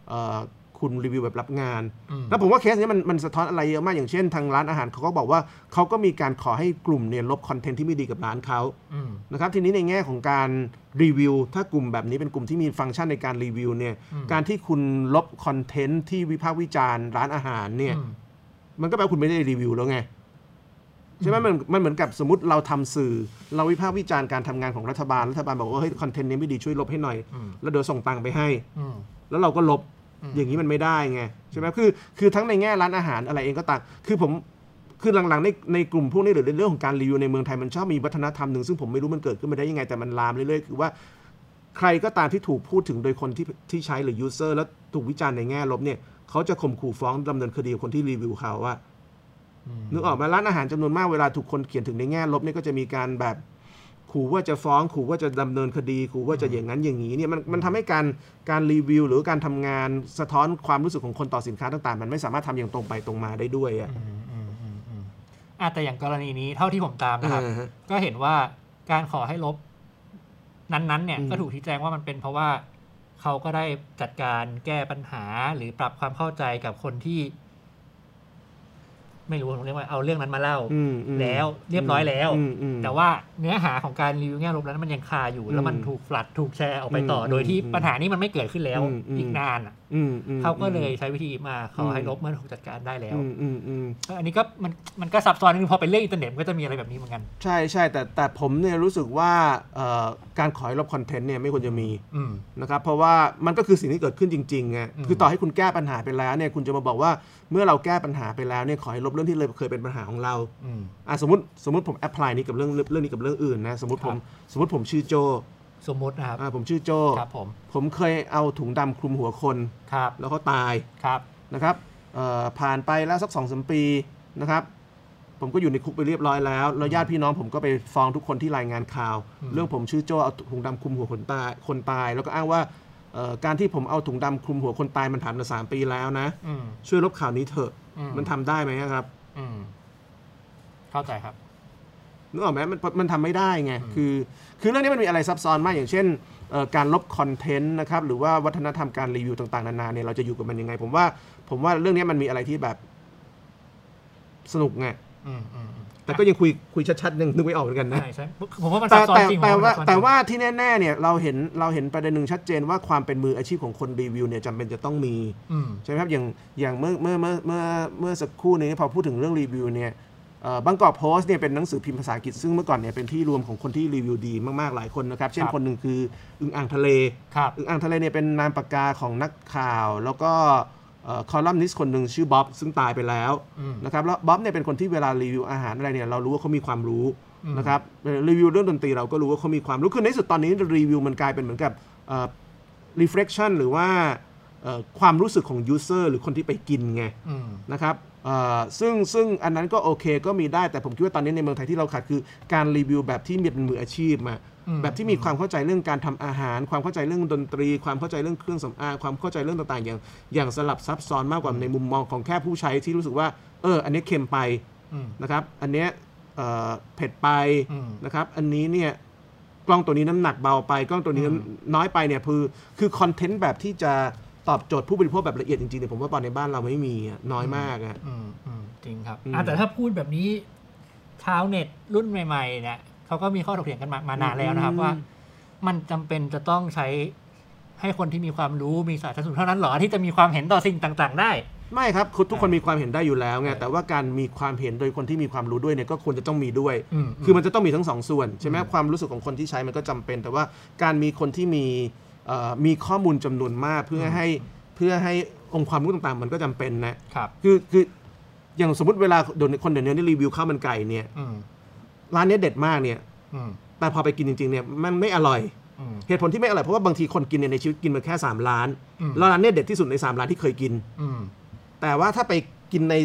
Speaker 1: เอ่อคุณรีวิวแบบรับงาน
Speaker 2: อืม
Speaker 1: แล้วผมว่าเคสเนี้ยมันมันสะท้อนอะไรเยอะมากอย่างเช่นทางร้านอาหารเขาก็บอกว่าเขาก็มีการขอให้กลุ่มเนี่ยลบคอนเทนต์ที่ไม่ดีกับร้านเขา
Speaker 2: อืม
Speaker 1: นะครับทีนี้ในแง่ของการรีวิว ถ้ากลุ่มแบบนี้เป็นกลุ่มที่มีฟังก์ชันในการรีวิวเนี่ย
Speaker 2: อืม
Speaker 1: การที่คุณลบคอนเทนต์ที่วิพากษ์วิจารณ์ร้านอาหารเนี่ย
Speaker 2: อืม
Speaker 1: มันก็แปลว่าคุณไม่ได้รีวิวแล้วไง ใช่ไหมมันมันเหมือนกับสมมติเราทำสื่อ เราวิพากษ์วิจารณ์การทำงานของรัฐบาลรัฐบาลบอกว่าเฮ้ยคอนเทนต์นี้ไม่ดีช่วยลบให้หน่อย
Speaker 2: อืม
Speaker 1: แล้วเดี๋ยวส่งตังค์ไปให้
Speaker 2: อืม
Speaker 1: แล้วเราก็ลบ
Speaker 2: อืม
Speaker 1: อย่างนี้มันไม่ได้ไงใช่ไหมคือคือทั้งในแง่ร้านอาหารอะไรเองก็ตามคือผมคือหลังๆในในกลุ่มพวกนี้หรือในเรื่องของการรีวิวในเมืองไทยมันชอบมีวัฒนธรรมหนึ่งซึ่งผมไม่รู้มันเกิดขึ้นมาได้ยังไงแต่มันลามเรื่อยๆคือว่าใครก็ตามที่ถูกพูดถึงโดยคนที่ที่ใช้หรือยูเซอร์แล้วถูกวิจารณ์ในแง่ลบเนี่ยเขาจะข่มขู่ฟ้องดำเนินคดีกับคนที่รีวิวเขาว่า
Speaker 2: ม
Speaker 1: นึกออกไหมาร้านอาหารจำนวนมากเวลาถูกคนเขียนถึงในแง่ลบเนี่ยก็จะมีการแบบขู่ว่าจะฟ้องขู่ว่าจะดำเนินคดีขู่ว่าจะอย่างนั้นอย่างนี้เนี่ยมันมันทำให้การการรีวิว หรือการทำงานสะท้อนความรู้สึกของคนต่อสินค้าต่างๆ มันไม่สามารถทำอย่างตรงไปตรงมาได้ด้วยอ่ะ
Speaker 2: อืมอืมอืมอืมอ่ะแต่อย่างกรณีนี้เท่าที่ผมตามนะครับ
Speaker 1: อ่าฮะ
Speaker 2: ก็เห็นว่าการขอให้ลบนั้นๆ เนี่ย
Speaker 1: อืม
Speaker 2: ก็ถูกชี้แจงว่ามันเป็นเพราะว่าเขาก็ได้จัดการแก้ปัญหาหรือปรับความเข้าใจกับคนที่ ไม่รู้ผมเรียกว่าเอาเรื่องนั้นมาเล่า
Speaker 1: อืมอืม
Speaker 2: แล้วเรียบร้อยแล้ว
Speaker 1: มอืม
Speaker 2: แต่ว่าเนื้อหาของการรีวิวแง่ลบนั้นมันยังคาอยู่ แล้วมัน
Speaker 1: อืม
Speaker 2: ถูกฟลัดถูกแชร์ออกไปต่ออ
Speaker 1: ม
Speaker 2: โดยที่
Speaker 1: อืม
Speaker 2: ปัญหานี้มันไม่เกิดขึ้นแล้ว
Speaker 1: อืมอืม
Speaker 2: อีกนานอะ
Speaker 1: อืมอืม
Speaker 2: เขาก็เลยใช้วิธีมาขอให้ลบเมื่อถูกจัดการได้แล้ว
Speaker 1: อืมอืมอืม
Speaker 2: อันนี้ก็มันมันก็ซับซ้อนนิดนึงพอเป็นเรื่องอินเทอร์เน็ตมันก็จะมีอะไรแบบนี้เหมือนกัน
Speaker 1: ใช่ใช่แต่แต่ผมเนี่ยรู้สึกว่าเอ่อการขอให้ลบคอนเทนต์เนี่ยไม่ควรจะมี
Speaker 2: อืม
Speaker 1: นะครับเพราะว่ามันก็คือสิ่งที่เกิดขึ้นจริงๆไง
Speaker 2: อืม
Speaker 1: คือต่อให้คุณแก้ปัญหาไปแล้วเนี่ยคุณจะมาบอกว่าเมื่อเราแก้ปัญหาไปแล้วเนี่ยขอให้ลบเรื่องที่เลยเคยเป็นปัญหาของเรา
Speaker 2: อืม
Speaker 1: อ่ะสมมติสมมติผมแอพพลายนี้กับเรื่องเรื่องนี้กับเรื่องอื่นนะสมมติผม
Speaker 2: ครับ
Speaker 1: สมมติผมชื่อโจ
Speaker 2: สมมตินะครับ
Speaker 1: อ่ะผมชื่อโจ
Speaker 2: ครับผม
Speaker 1: ผมเคยเอาถุงดำคลุมหัวคน
Speaker 2: ครับ
Speaker 1: แล้วเขาตาย
Speaker 2: ครับ
Speaker 1: นะครับเอ่อผ่านไปแล้วสักสองสมปีนะครับผมก็อยู่ในคุกไปเรียบร้อยแล้วแล้วญาติพี่น้องผมก็ไปฟ้องทุกคนที่รายงานข่าว
Speaker 2: อืม
Speaker 1: เรื่องผมชื่อโจเอาถุงดำคลุมหัวคนตายคนตาย แล้วก็อ้างว่าเอ่อการที่ผมเอาถุงดำคลุมหัวคนตายมันผ่านมาสามปีแล้วนะ
Speaker 2: อืม
Speaker 1: ช่วยลบข่าวนี้เถอะ
Speaker 2: อื
Speaker 1: มันทำได้ไหมครับ
Speaker 2: อืม เข้าใจครับ
Speaker 1: นึกออกไหมมันมันทำไม่ได้ไง
Speaker 2: อืม
Speaker 1: คือคือเรื่องนี้มันมีอะไรซับซ้อนมากอย่างเช่นเอ่อการลบคอนเทนต์นะครับหรือว่าวัฒนธรรมการรีวิวต่างๆนานาเนี่ยเราจะอยู่กับมันยังไง ผมว่าผมว่าเรื่องนี้มันมีอะไรที่แบบสนุกไง
Speaker 2: อืมอืมอืม
Speaker 1: แต่ก็ยังคุยคุยชัดๆยังนึกไม่ออกเหมือนกันนะ
Speaker 2: ใช่ใช่ผมว่ามันซั
Speaker 1: แต่
Speaker 2: บซ้อน
Speaker 1: แต่
Speaker 2: จริง
Speaker 1: แต่
Speaker 2: ผม
Speaker 1: ว่า
Speaker 2: มันซับซ้อนจริง
Speaker 1: แต่ว่าที่แน่ๆเนี่ยเราเห็นเราเห็นประเด็นหนึ่งชัดเจนว่าความเป็นมืออาชีพของคนรีวิวเนี่ยจำเป็นจะต้องมี
Speaker 2: อืม
Speaker 1: ใช่ไหมครับอย่างอย่างเมื่อเมื่อเมื่อเมื่อเมื่อสักครู่นี้พอพูดถึงเรื่องรีวิวเนี่ยเอ่อบางกอกโพสต์เนี่ยเป็นหนังสือพิมพ์ภาษาอังกฤษซึ่งเมื่อก่อนเนี่ยเป็นที่รวมของคนที่รีวิวดีมากๆหลายคนนะครับ เช่น
Speaker 2: ครับ
Speaker 1: คนหนึ่งคืออึงอ่างทะเล
Speaker 2: ครับ
Speaker 1: อึงอ่างทะเลเนี่ยเป็นนามปากกาของนักข่าว แล้วก็เอ่อคอลัมนิสต์คนหนึ่งชื่อบ๊อบซึ่งตายไปแล้ว
Speaker 2: อืม
Speaker 1: นะครับแล้วบ๊อบเนี่ยเป็นคนที่เวลารีวิวอาหารอะไรเนี่ยเรารู้ว่าเขามีความรู้
Speaker 2: อืม
Speaker 1: นะครับเอ่อรีวิวเรื่องดนตรีเราก็รู้ว่าเขามีความรู้คือในที่สุดตอนนี้รีวิวมันกลายเป็นเหมือนกับเอ่อ reflection หรือว่าเอ่อความรู้สึกของ user หรือคนที่ไปกินไง
Speaker 2: อืม
Speaker 1: นะครับเอ่อซึ่งซึ่งอันนั้นก็โอเคก็มีได้แต่ผมคิดว่าตอนนี้ในเมืองไทยที่เราขาดคือการรีวิวแบบที่มีเป็นมืออาชีพมา
Speaker 2: อืม
Speaker 1: แบบที่มีความเข้าใจเรื่องการทำอาหาร ความเข้าใจเรื่องดนตรี ความเข้าใจเรื่องเครื่องสำอางความเข้าใจเรื่องต่างๆ อย่างอย่างสลับซับซ้อนมากกว่าในมุมมองของแค่ผู้ใช้ที่รู้สึกว่าเอออันนี้เค็มไป
Speaker 2: อืม
Speaker 1: นะครับอันเนี้ยเอ่อเผ็ดไป
Speaker 2: อืม
Speaker 1: นะครับอันนี้เนี่ยกล้องตัวนี้น้ำหนักเบาไปกล้องตัวนี้น้ำ
Speaker 2: อืม
Speaker 1: น้อยไปเนี่ยคือคือคอนเทนต์แบบที่จะตอบโจทย์ผู้บริโภคแบบละเอียดจริงๆเนี่ยผมว่าตอนในบ้านเราไม่มีอะน้อยมากอะ
Speaker 2: อืมอืมจริงครับ
Speaker 1: อืม
Speaker 2: อ่ะแต่ถ้าพูดแบบนี้ชาวเน็ตรุ่นใหม่ๆเนี่ยเขาก็มีข้อถกเถียงกันมามานานแล้วนะครับ
Speaker 1: อืม
Speaker 2: ว่า มันจำเป็นจะต้องใช้ให้คนที่มีความรู้มีศาสตร์สูงเท่านั้นเหรอที่จะมีความเห็นต่อสิ่งต่าง ๆ ได้
Speaker 1: ไม่ครับคือทุกคนมีความเห็นได้อยู่แล้วไง
Speaker 2: ใช่
Speaker 1: แต่ว่าการมีความเห็นโดยคนที่มีความรู้ด้วยเนี่ยก็ควรจะต้องมีด้วย
Speaker 2: อืม
Speaker 1: คือมันจะต้องมีทั้งสองส่วนใช่ไหม
Speaker 2: อืม
Speaker 1: ความรู้สึกของคนที่ใช้มันก็จำเป็น แต่ว่าการมีคนที่มีเอ่อมีข้อมูลจำนวนมาก เพื่ออ
Speaker 2: ม
Speaker 1: ให้เพื่อให้องค์ความรู้ต่างๆ มันก็จำเป็นนะครับ คือคืออย่างสมมติเวลาเดี๋ยวนี้คนเดี๋ยวนี้ได้รีวิวข้าวมันไก่เนี่ย
Speaker 2: อืม
Speaker 1: ร้านเนี้ยเด็ดมากเนี่ย
Speaker 2: อืม
Speaker 1: แต่พอไปกินจริงๆเนี่ยมันไม่อร่อย
Speaker 2: อืม
Speaker 1: เหตุผลที่ไม่อร่อยเพราะว่าบางทีคนกินเนี่ยในชีวิตกินมาแค่ 3 ล้าน
Speaker 2: อืม
Speaker 1: แล้วร้านเนี่ยเด็ดที่สุดใน 3 ล้านที่เคยกิน
Speaker 2: อืม
Speaker 1: แต่ว่าถ้าไปกินใน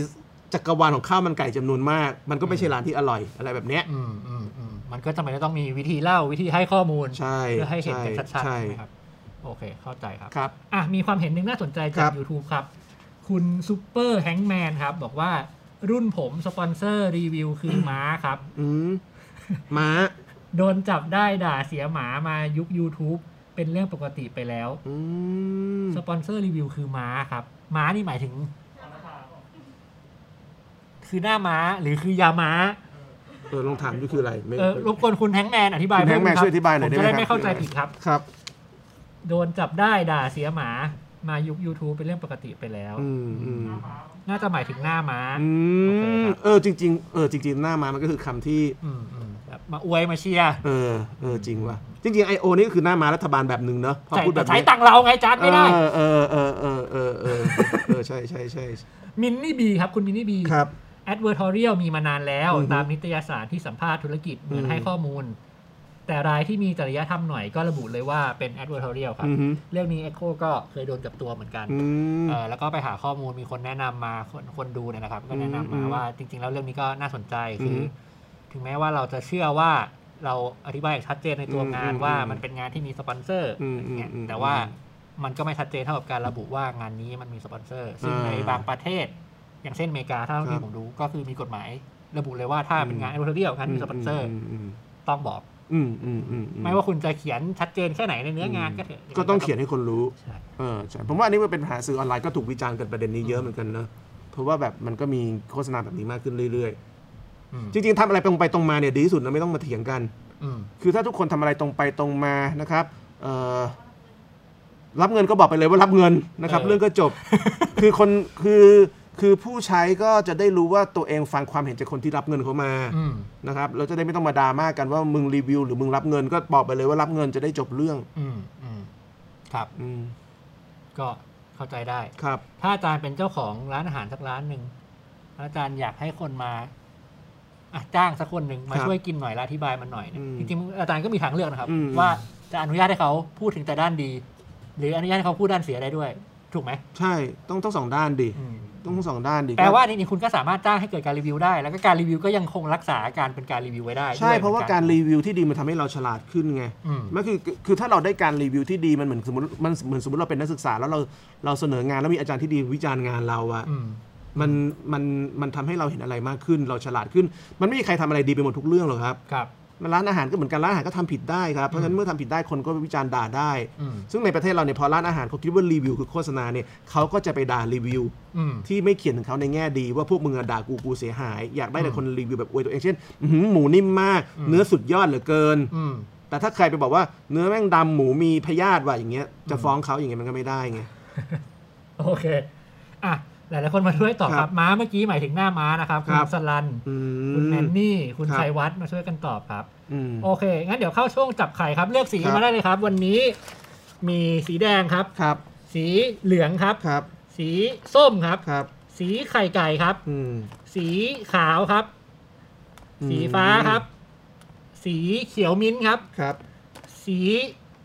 Speaker 1: จักรวาลของข้าวมันไก่จำนวนมาก มันก็ไม่ใช่ร้านที่อร่อยอะไรแบบเนี้ย
Speaker 2: อืมอืมอืมมันก็จำเป็นจะต้องมีวิธีเล่าวิธีให้ข้อมูล
Speaker 1: ใช่
Speaker 2: เพื่อให้เห็นกันชัดๆ
Speaker 1: ใช่
Speaker 2: ใช่ไหมครับ โอเค เข้าใจครับ
Speaker 1: ครับ
Speaker 2: อ่ะ มีความเห็นหนึ่งน่าสนใจ
Speaker 1: ค
Speaker 2: จา
Speaker 1: รั
Speaker 2: ก
Speaker 1: บ
Speaker 2: YouTube ครับ คุณซูเปอร์แฮงแมนครับ บอกว่ารุ่นผมสปอนเซอร์รีวิวคือม้าครับ
Speaker 1: อืมม้า
Speaker 2: โดนจับได้ด่าเสียหมามายุค YouTube เป็นเรื่องปกติไปแล้ว
Speaker 1: อืม
Speaker 2: สปอนเซอร์รีวิวคือม้าครับ ม้านี่หมายถึง คือหน้าม้าหรือคือยาม้า
Speaker 1: เออลองถามดูคืออะไรไม่
Speaker 2: เออรบกวนคุณแฮงแมนอธิบาย
Speaker 1: คุณ
Speaker 2: เพิ่ม
Speaker 1: Hangman
Speaker 2: ครั
Speaker 1: ช่วยอธิบายหน่อย
Speaker 2: ผม
Speaker 1: ได้
Speaker 2: จะ
Speaker 1: ไหมครั
Speaker 2: ได้ไม่
Speaker 1: บ
Speaker 2: เข้าใจผิดครับ
Speaker 1: ครับ
Speaker 2: โดนจับได้ด่าเสียหมา มายุค YouTube เป็นเรื่องปกติไปแล้ว
Speaker 1: อืมอืม
Speaker 2: น่าจะหมายถึงหน้าม้า
Speaker 1: อื
Speaker 2: โอเค
Speaker 1: ม
Speaker 2: ครับ
Speaker 1: เออจริง ๆ เออจริง ๆ หน้ามามันก็คือคำที่
Speaker 2: อืมอืมแบบมาอวยมาเชียร์
Speaker 1: เออเออจริงว่ะจริงๆไอโอนี่ก็คือหน้ามารัฐบาลแบบหนึ่งเนอะพอ
Speaker 2: ใส่
Speaker 1: พูดแบบ
Speaker 2: ใช้
Speaker 1: นี้
Speaker 2: ตังค์เราไงจัดไม่ได้
Speaker 1: เออเออเออเออเออเออเออใช่ใช่ใช่
Speaker 2: มินนี่บีครับ คุณมินนี่บี
Speaker 1: ครับ
Speaker 2: แอดเวอร์ทอเรียลมีมานานแล้ว
Speaker 1: อือฮึ
Speaker 2: ตามนิตยสารที่สัมภาษณ์ธุรกิจเหมือน
Speaker 1: อืม
Speaker 2: ให้ข้อมูล แต่รายที่มีจริยธรรมหน่อยก็ระบุเลยว่าเป็นแอดเวอร์ทอเรียลครับ
Speaker 1: อืม
Speaker 2: เรื่องนี้เอ็โคก็เคยโดนกับตัวเหมือนกัน
Speaker 1: อืม
Speaker 2: เออแล้วก็ไปหาข้อมูลมีคนแนะนำมาคนคนดูเนี่ยนะครับ ก็แนะนำ
Speaker 1: อื
Speaker 2: มาม ว่าจริง ๆ แล้วเรื่องนี้ก็น่าสนใจคือ
Speaker 1: ม
Speaker 2: ถึงแม้ว่าเราจะเชื่อว่าเราอธิบายอย่างชัดเจนในตัวงาน
Speaker 1: อืม
Speaker 2: ว่า
Speaker 1: อืม
Speaker 2: มันเป็นงานที่มีสปอนเซอร์
Speaker 1: อืม
Speaker 2: อะไรเงี้ย
Speaker 1: อืม
Speaker 2: แต่ว่ามันก็ไม่ชัดเจนเท่ากับการระบุว่างานนี้มันมีสปอนเซอร์ ซึ่ง
Speaker 1: อ่า
Speaker 2: ในบางประเทศ อย่างเช่นอเมริกาถ้า
Speaker 1: ครั
Speaker 2: ที่
Speaker 1: บ
Speaker 2: ผมรู้ก็คือมีกฎหมายระบุเลยว่าถ้าเป็น
Speaker 1: อืม
Speaker 2: งาน editorial งานมีสปอนเซอร์
Speaker 1: ม
Speaker 2: ต้องบอก
Speaker 1: อืมอืมอืมอื
Speaker 2: ไม่ว่าคุณจะเขียนชัดเจนแค่ไหนในเนื้องานก็เถอะ
Speaker 1: ก็ต้องเขียนให้คนรู้
Speaker 2: ใช่
Speaker 1: เออใช่ผมว่าอันนี้มันเป็นปัญหาสื่อออนไลน์ก็ถูกวิจารณ์กันประเด็นนี้เยอะเหมือนกันเนอะเพราะว่าแบบมันก็มีโฆษณาแบบนี้มากขึ้นเรื่อย
Speaker 2: อืม
Speaker 1: ๆ จริงๆทำอะไรตรงไปตรงมาเนี่ยดีที่สุดนะไม่ต้องมาเถียงกัน
Speaker 2: อืม
Speaker 1: คือถ้าทุกคนทำอะไรตรงไปตรงมานะครับเอ่อรับเงินก็บอกไปเลยว่ารับเงินนะครับ
Speaker 2: เออ
Speaker 1: เรื่องก็จ บ คือคนคือคือผู้ใช้ก็จะได้รู้ว่าตัวเองฟังความเห็นจากคนที่รับเงินเขามา
Speaker 2: อืม
Speaker 1: นะครับเราจะได้ไม่ต้องมาดราม่ากกันว่ามึงรีวิวหรือมึงรับเงินก็บอกไปเลยว่ารับเงินจะได้จบเรื่อง
Speaker 2: อืมอืมครับ
Speaker 1: อืม
Speaker 2: ก็เข้าใจได้
Speaker 1: ครับ
Speaker 2: ถ้าอาจารย์เป็นเจ้าของร้านอาหารสักร้านหนึ่งแล้วอาจารย์อยากให้คนมาอ่ะจ้างสักคนหนึ่งมาช่วยกินหน่อยและอธิบายมันหน่อยเนี่ยจริงๆอาจารย์ก็มีทางเลือกนะครับ ว่าจะอนุญาตให้เขาพูดถึงแต่ด้านดี หรืออนุญาตให้เขาพูดด้านเสียได้ด้วย ถูกไหม
Speaker 1: ใช่ต้องต้องสองด้านดิต้องทั้งสองด้านดิ
Speaker 2: แปลว่าจริงๆคุณก็สามารถจ้างให้เกิดการรีวิวได้ แล้วก็การรีวิวก็ยังคงรักษาการเป็นการรีวิวไว้ได้
Speaker 1: ใช่
Speaker 2: ด้วย
Speaker 1: เพราะว่าการรีวิวที่ดีมันทำให้เราฉลาดขึ้นไง
Speaker 2: อืม
Speaker 1: มันคือคือถ้าเราได้การรีวิวที่ดีมันเหมือนสมมติมันเหมือนสมมติเราเป็นนักศึกษาแล้วเราเราเสนองานแล้วมีอาจารย์ที่ดีวิจารณ์งานเราอะ
Speaker 2: อืม
Speaker 1: มันมันมันทำให้เราเห็นอะไรมากขึ้น เราฉลาดขึ้น มันไม่มีใครทำอะไรดีไปหมดทุกเรื่องหรอกครับ
Speaker 2: ครับ
Speaker 1: มันร้านอาหารก็เหมือนกันร้านอาหารก็ทำผิดได้ครับเพราะฉะนั้นเมื่อทำผิดได้คนก็วิจารณ์ด่าได้
Speaker 2: อืม
Speaker 1: ซึ่งในประเทศเราเนี่ยพอร้านอาหารเขาคิดว่ารีวิวคือโฆษณาเนี่ยเขาก็จะไปด่ารีวิว
Speaker 2: อืม
Speaker 1: ที่ไม่เขียนถึงเขาในแง่ดีว่าพวกมึงอะด่ากูกูเสียหาย อยากได้แต่คนรีวิวแบบอวยตัวเองเช่นอื้อหือหมูนิ่มมาก
Speaker 2: อืม
Speaker 1: เนื้อสุดยอดเหลือเกิน
Speaker 2: อืม
Speaker 1: แต่ถ้าใครไปบอกว่าเนื้อแม่งดำหมูมีพยาธิว่ะอย่างเงี้ยจะฟ้องเขาอย่างเงี้ยมันก็ไม่ได้ไง
Speaker 2: โอเค อ่ะ หลายๆคนมาช่วยตอบค
Speaker 1: ครั
Speaker 2: รั
Speaker 1: บบ
Speaker 2: ม้าเมื่อกี้หมายถึงหน้าม้านะครับ คุ
Speaker 1: ครั
Speaker 2: ณ
Speaker 1: บ
Speaker 2: สลัน
Speaker 1: อื
Speaker 2: คุณ
Speaker 1: ม
Speaker 2: แนนนี่ คุณ
Speaker 1: ครับ
Speaker 2: ชัยวัฒน์มาช่วยกันตอบครับ
Speaker 1: อืม
Speaker 2: โอเค งั้นเดี๋ยวเข้าช่วงจับไข่ครับ เลือกสี
Speaker 1: ครับ
Speaker 2: มาได้เลยครับ วันนี้มีสีแดงครับ
Speaker 1: ครับ
Speaker 2: สีเหลืองครับ
Speaker 1: ครับ
Speaker 2: สีส้มครับ
Speaker 1: ครับ
Speaker 2: สีไข่ไก่ครับ
Speaker 1: อืม
Speaker 2: สีขาวครับ สีฟ้าครับ สีเขียวมิ้นท์ครับ
Speaker 1: ครับ
Speaker 2: สี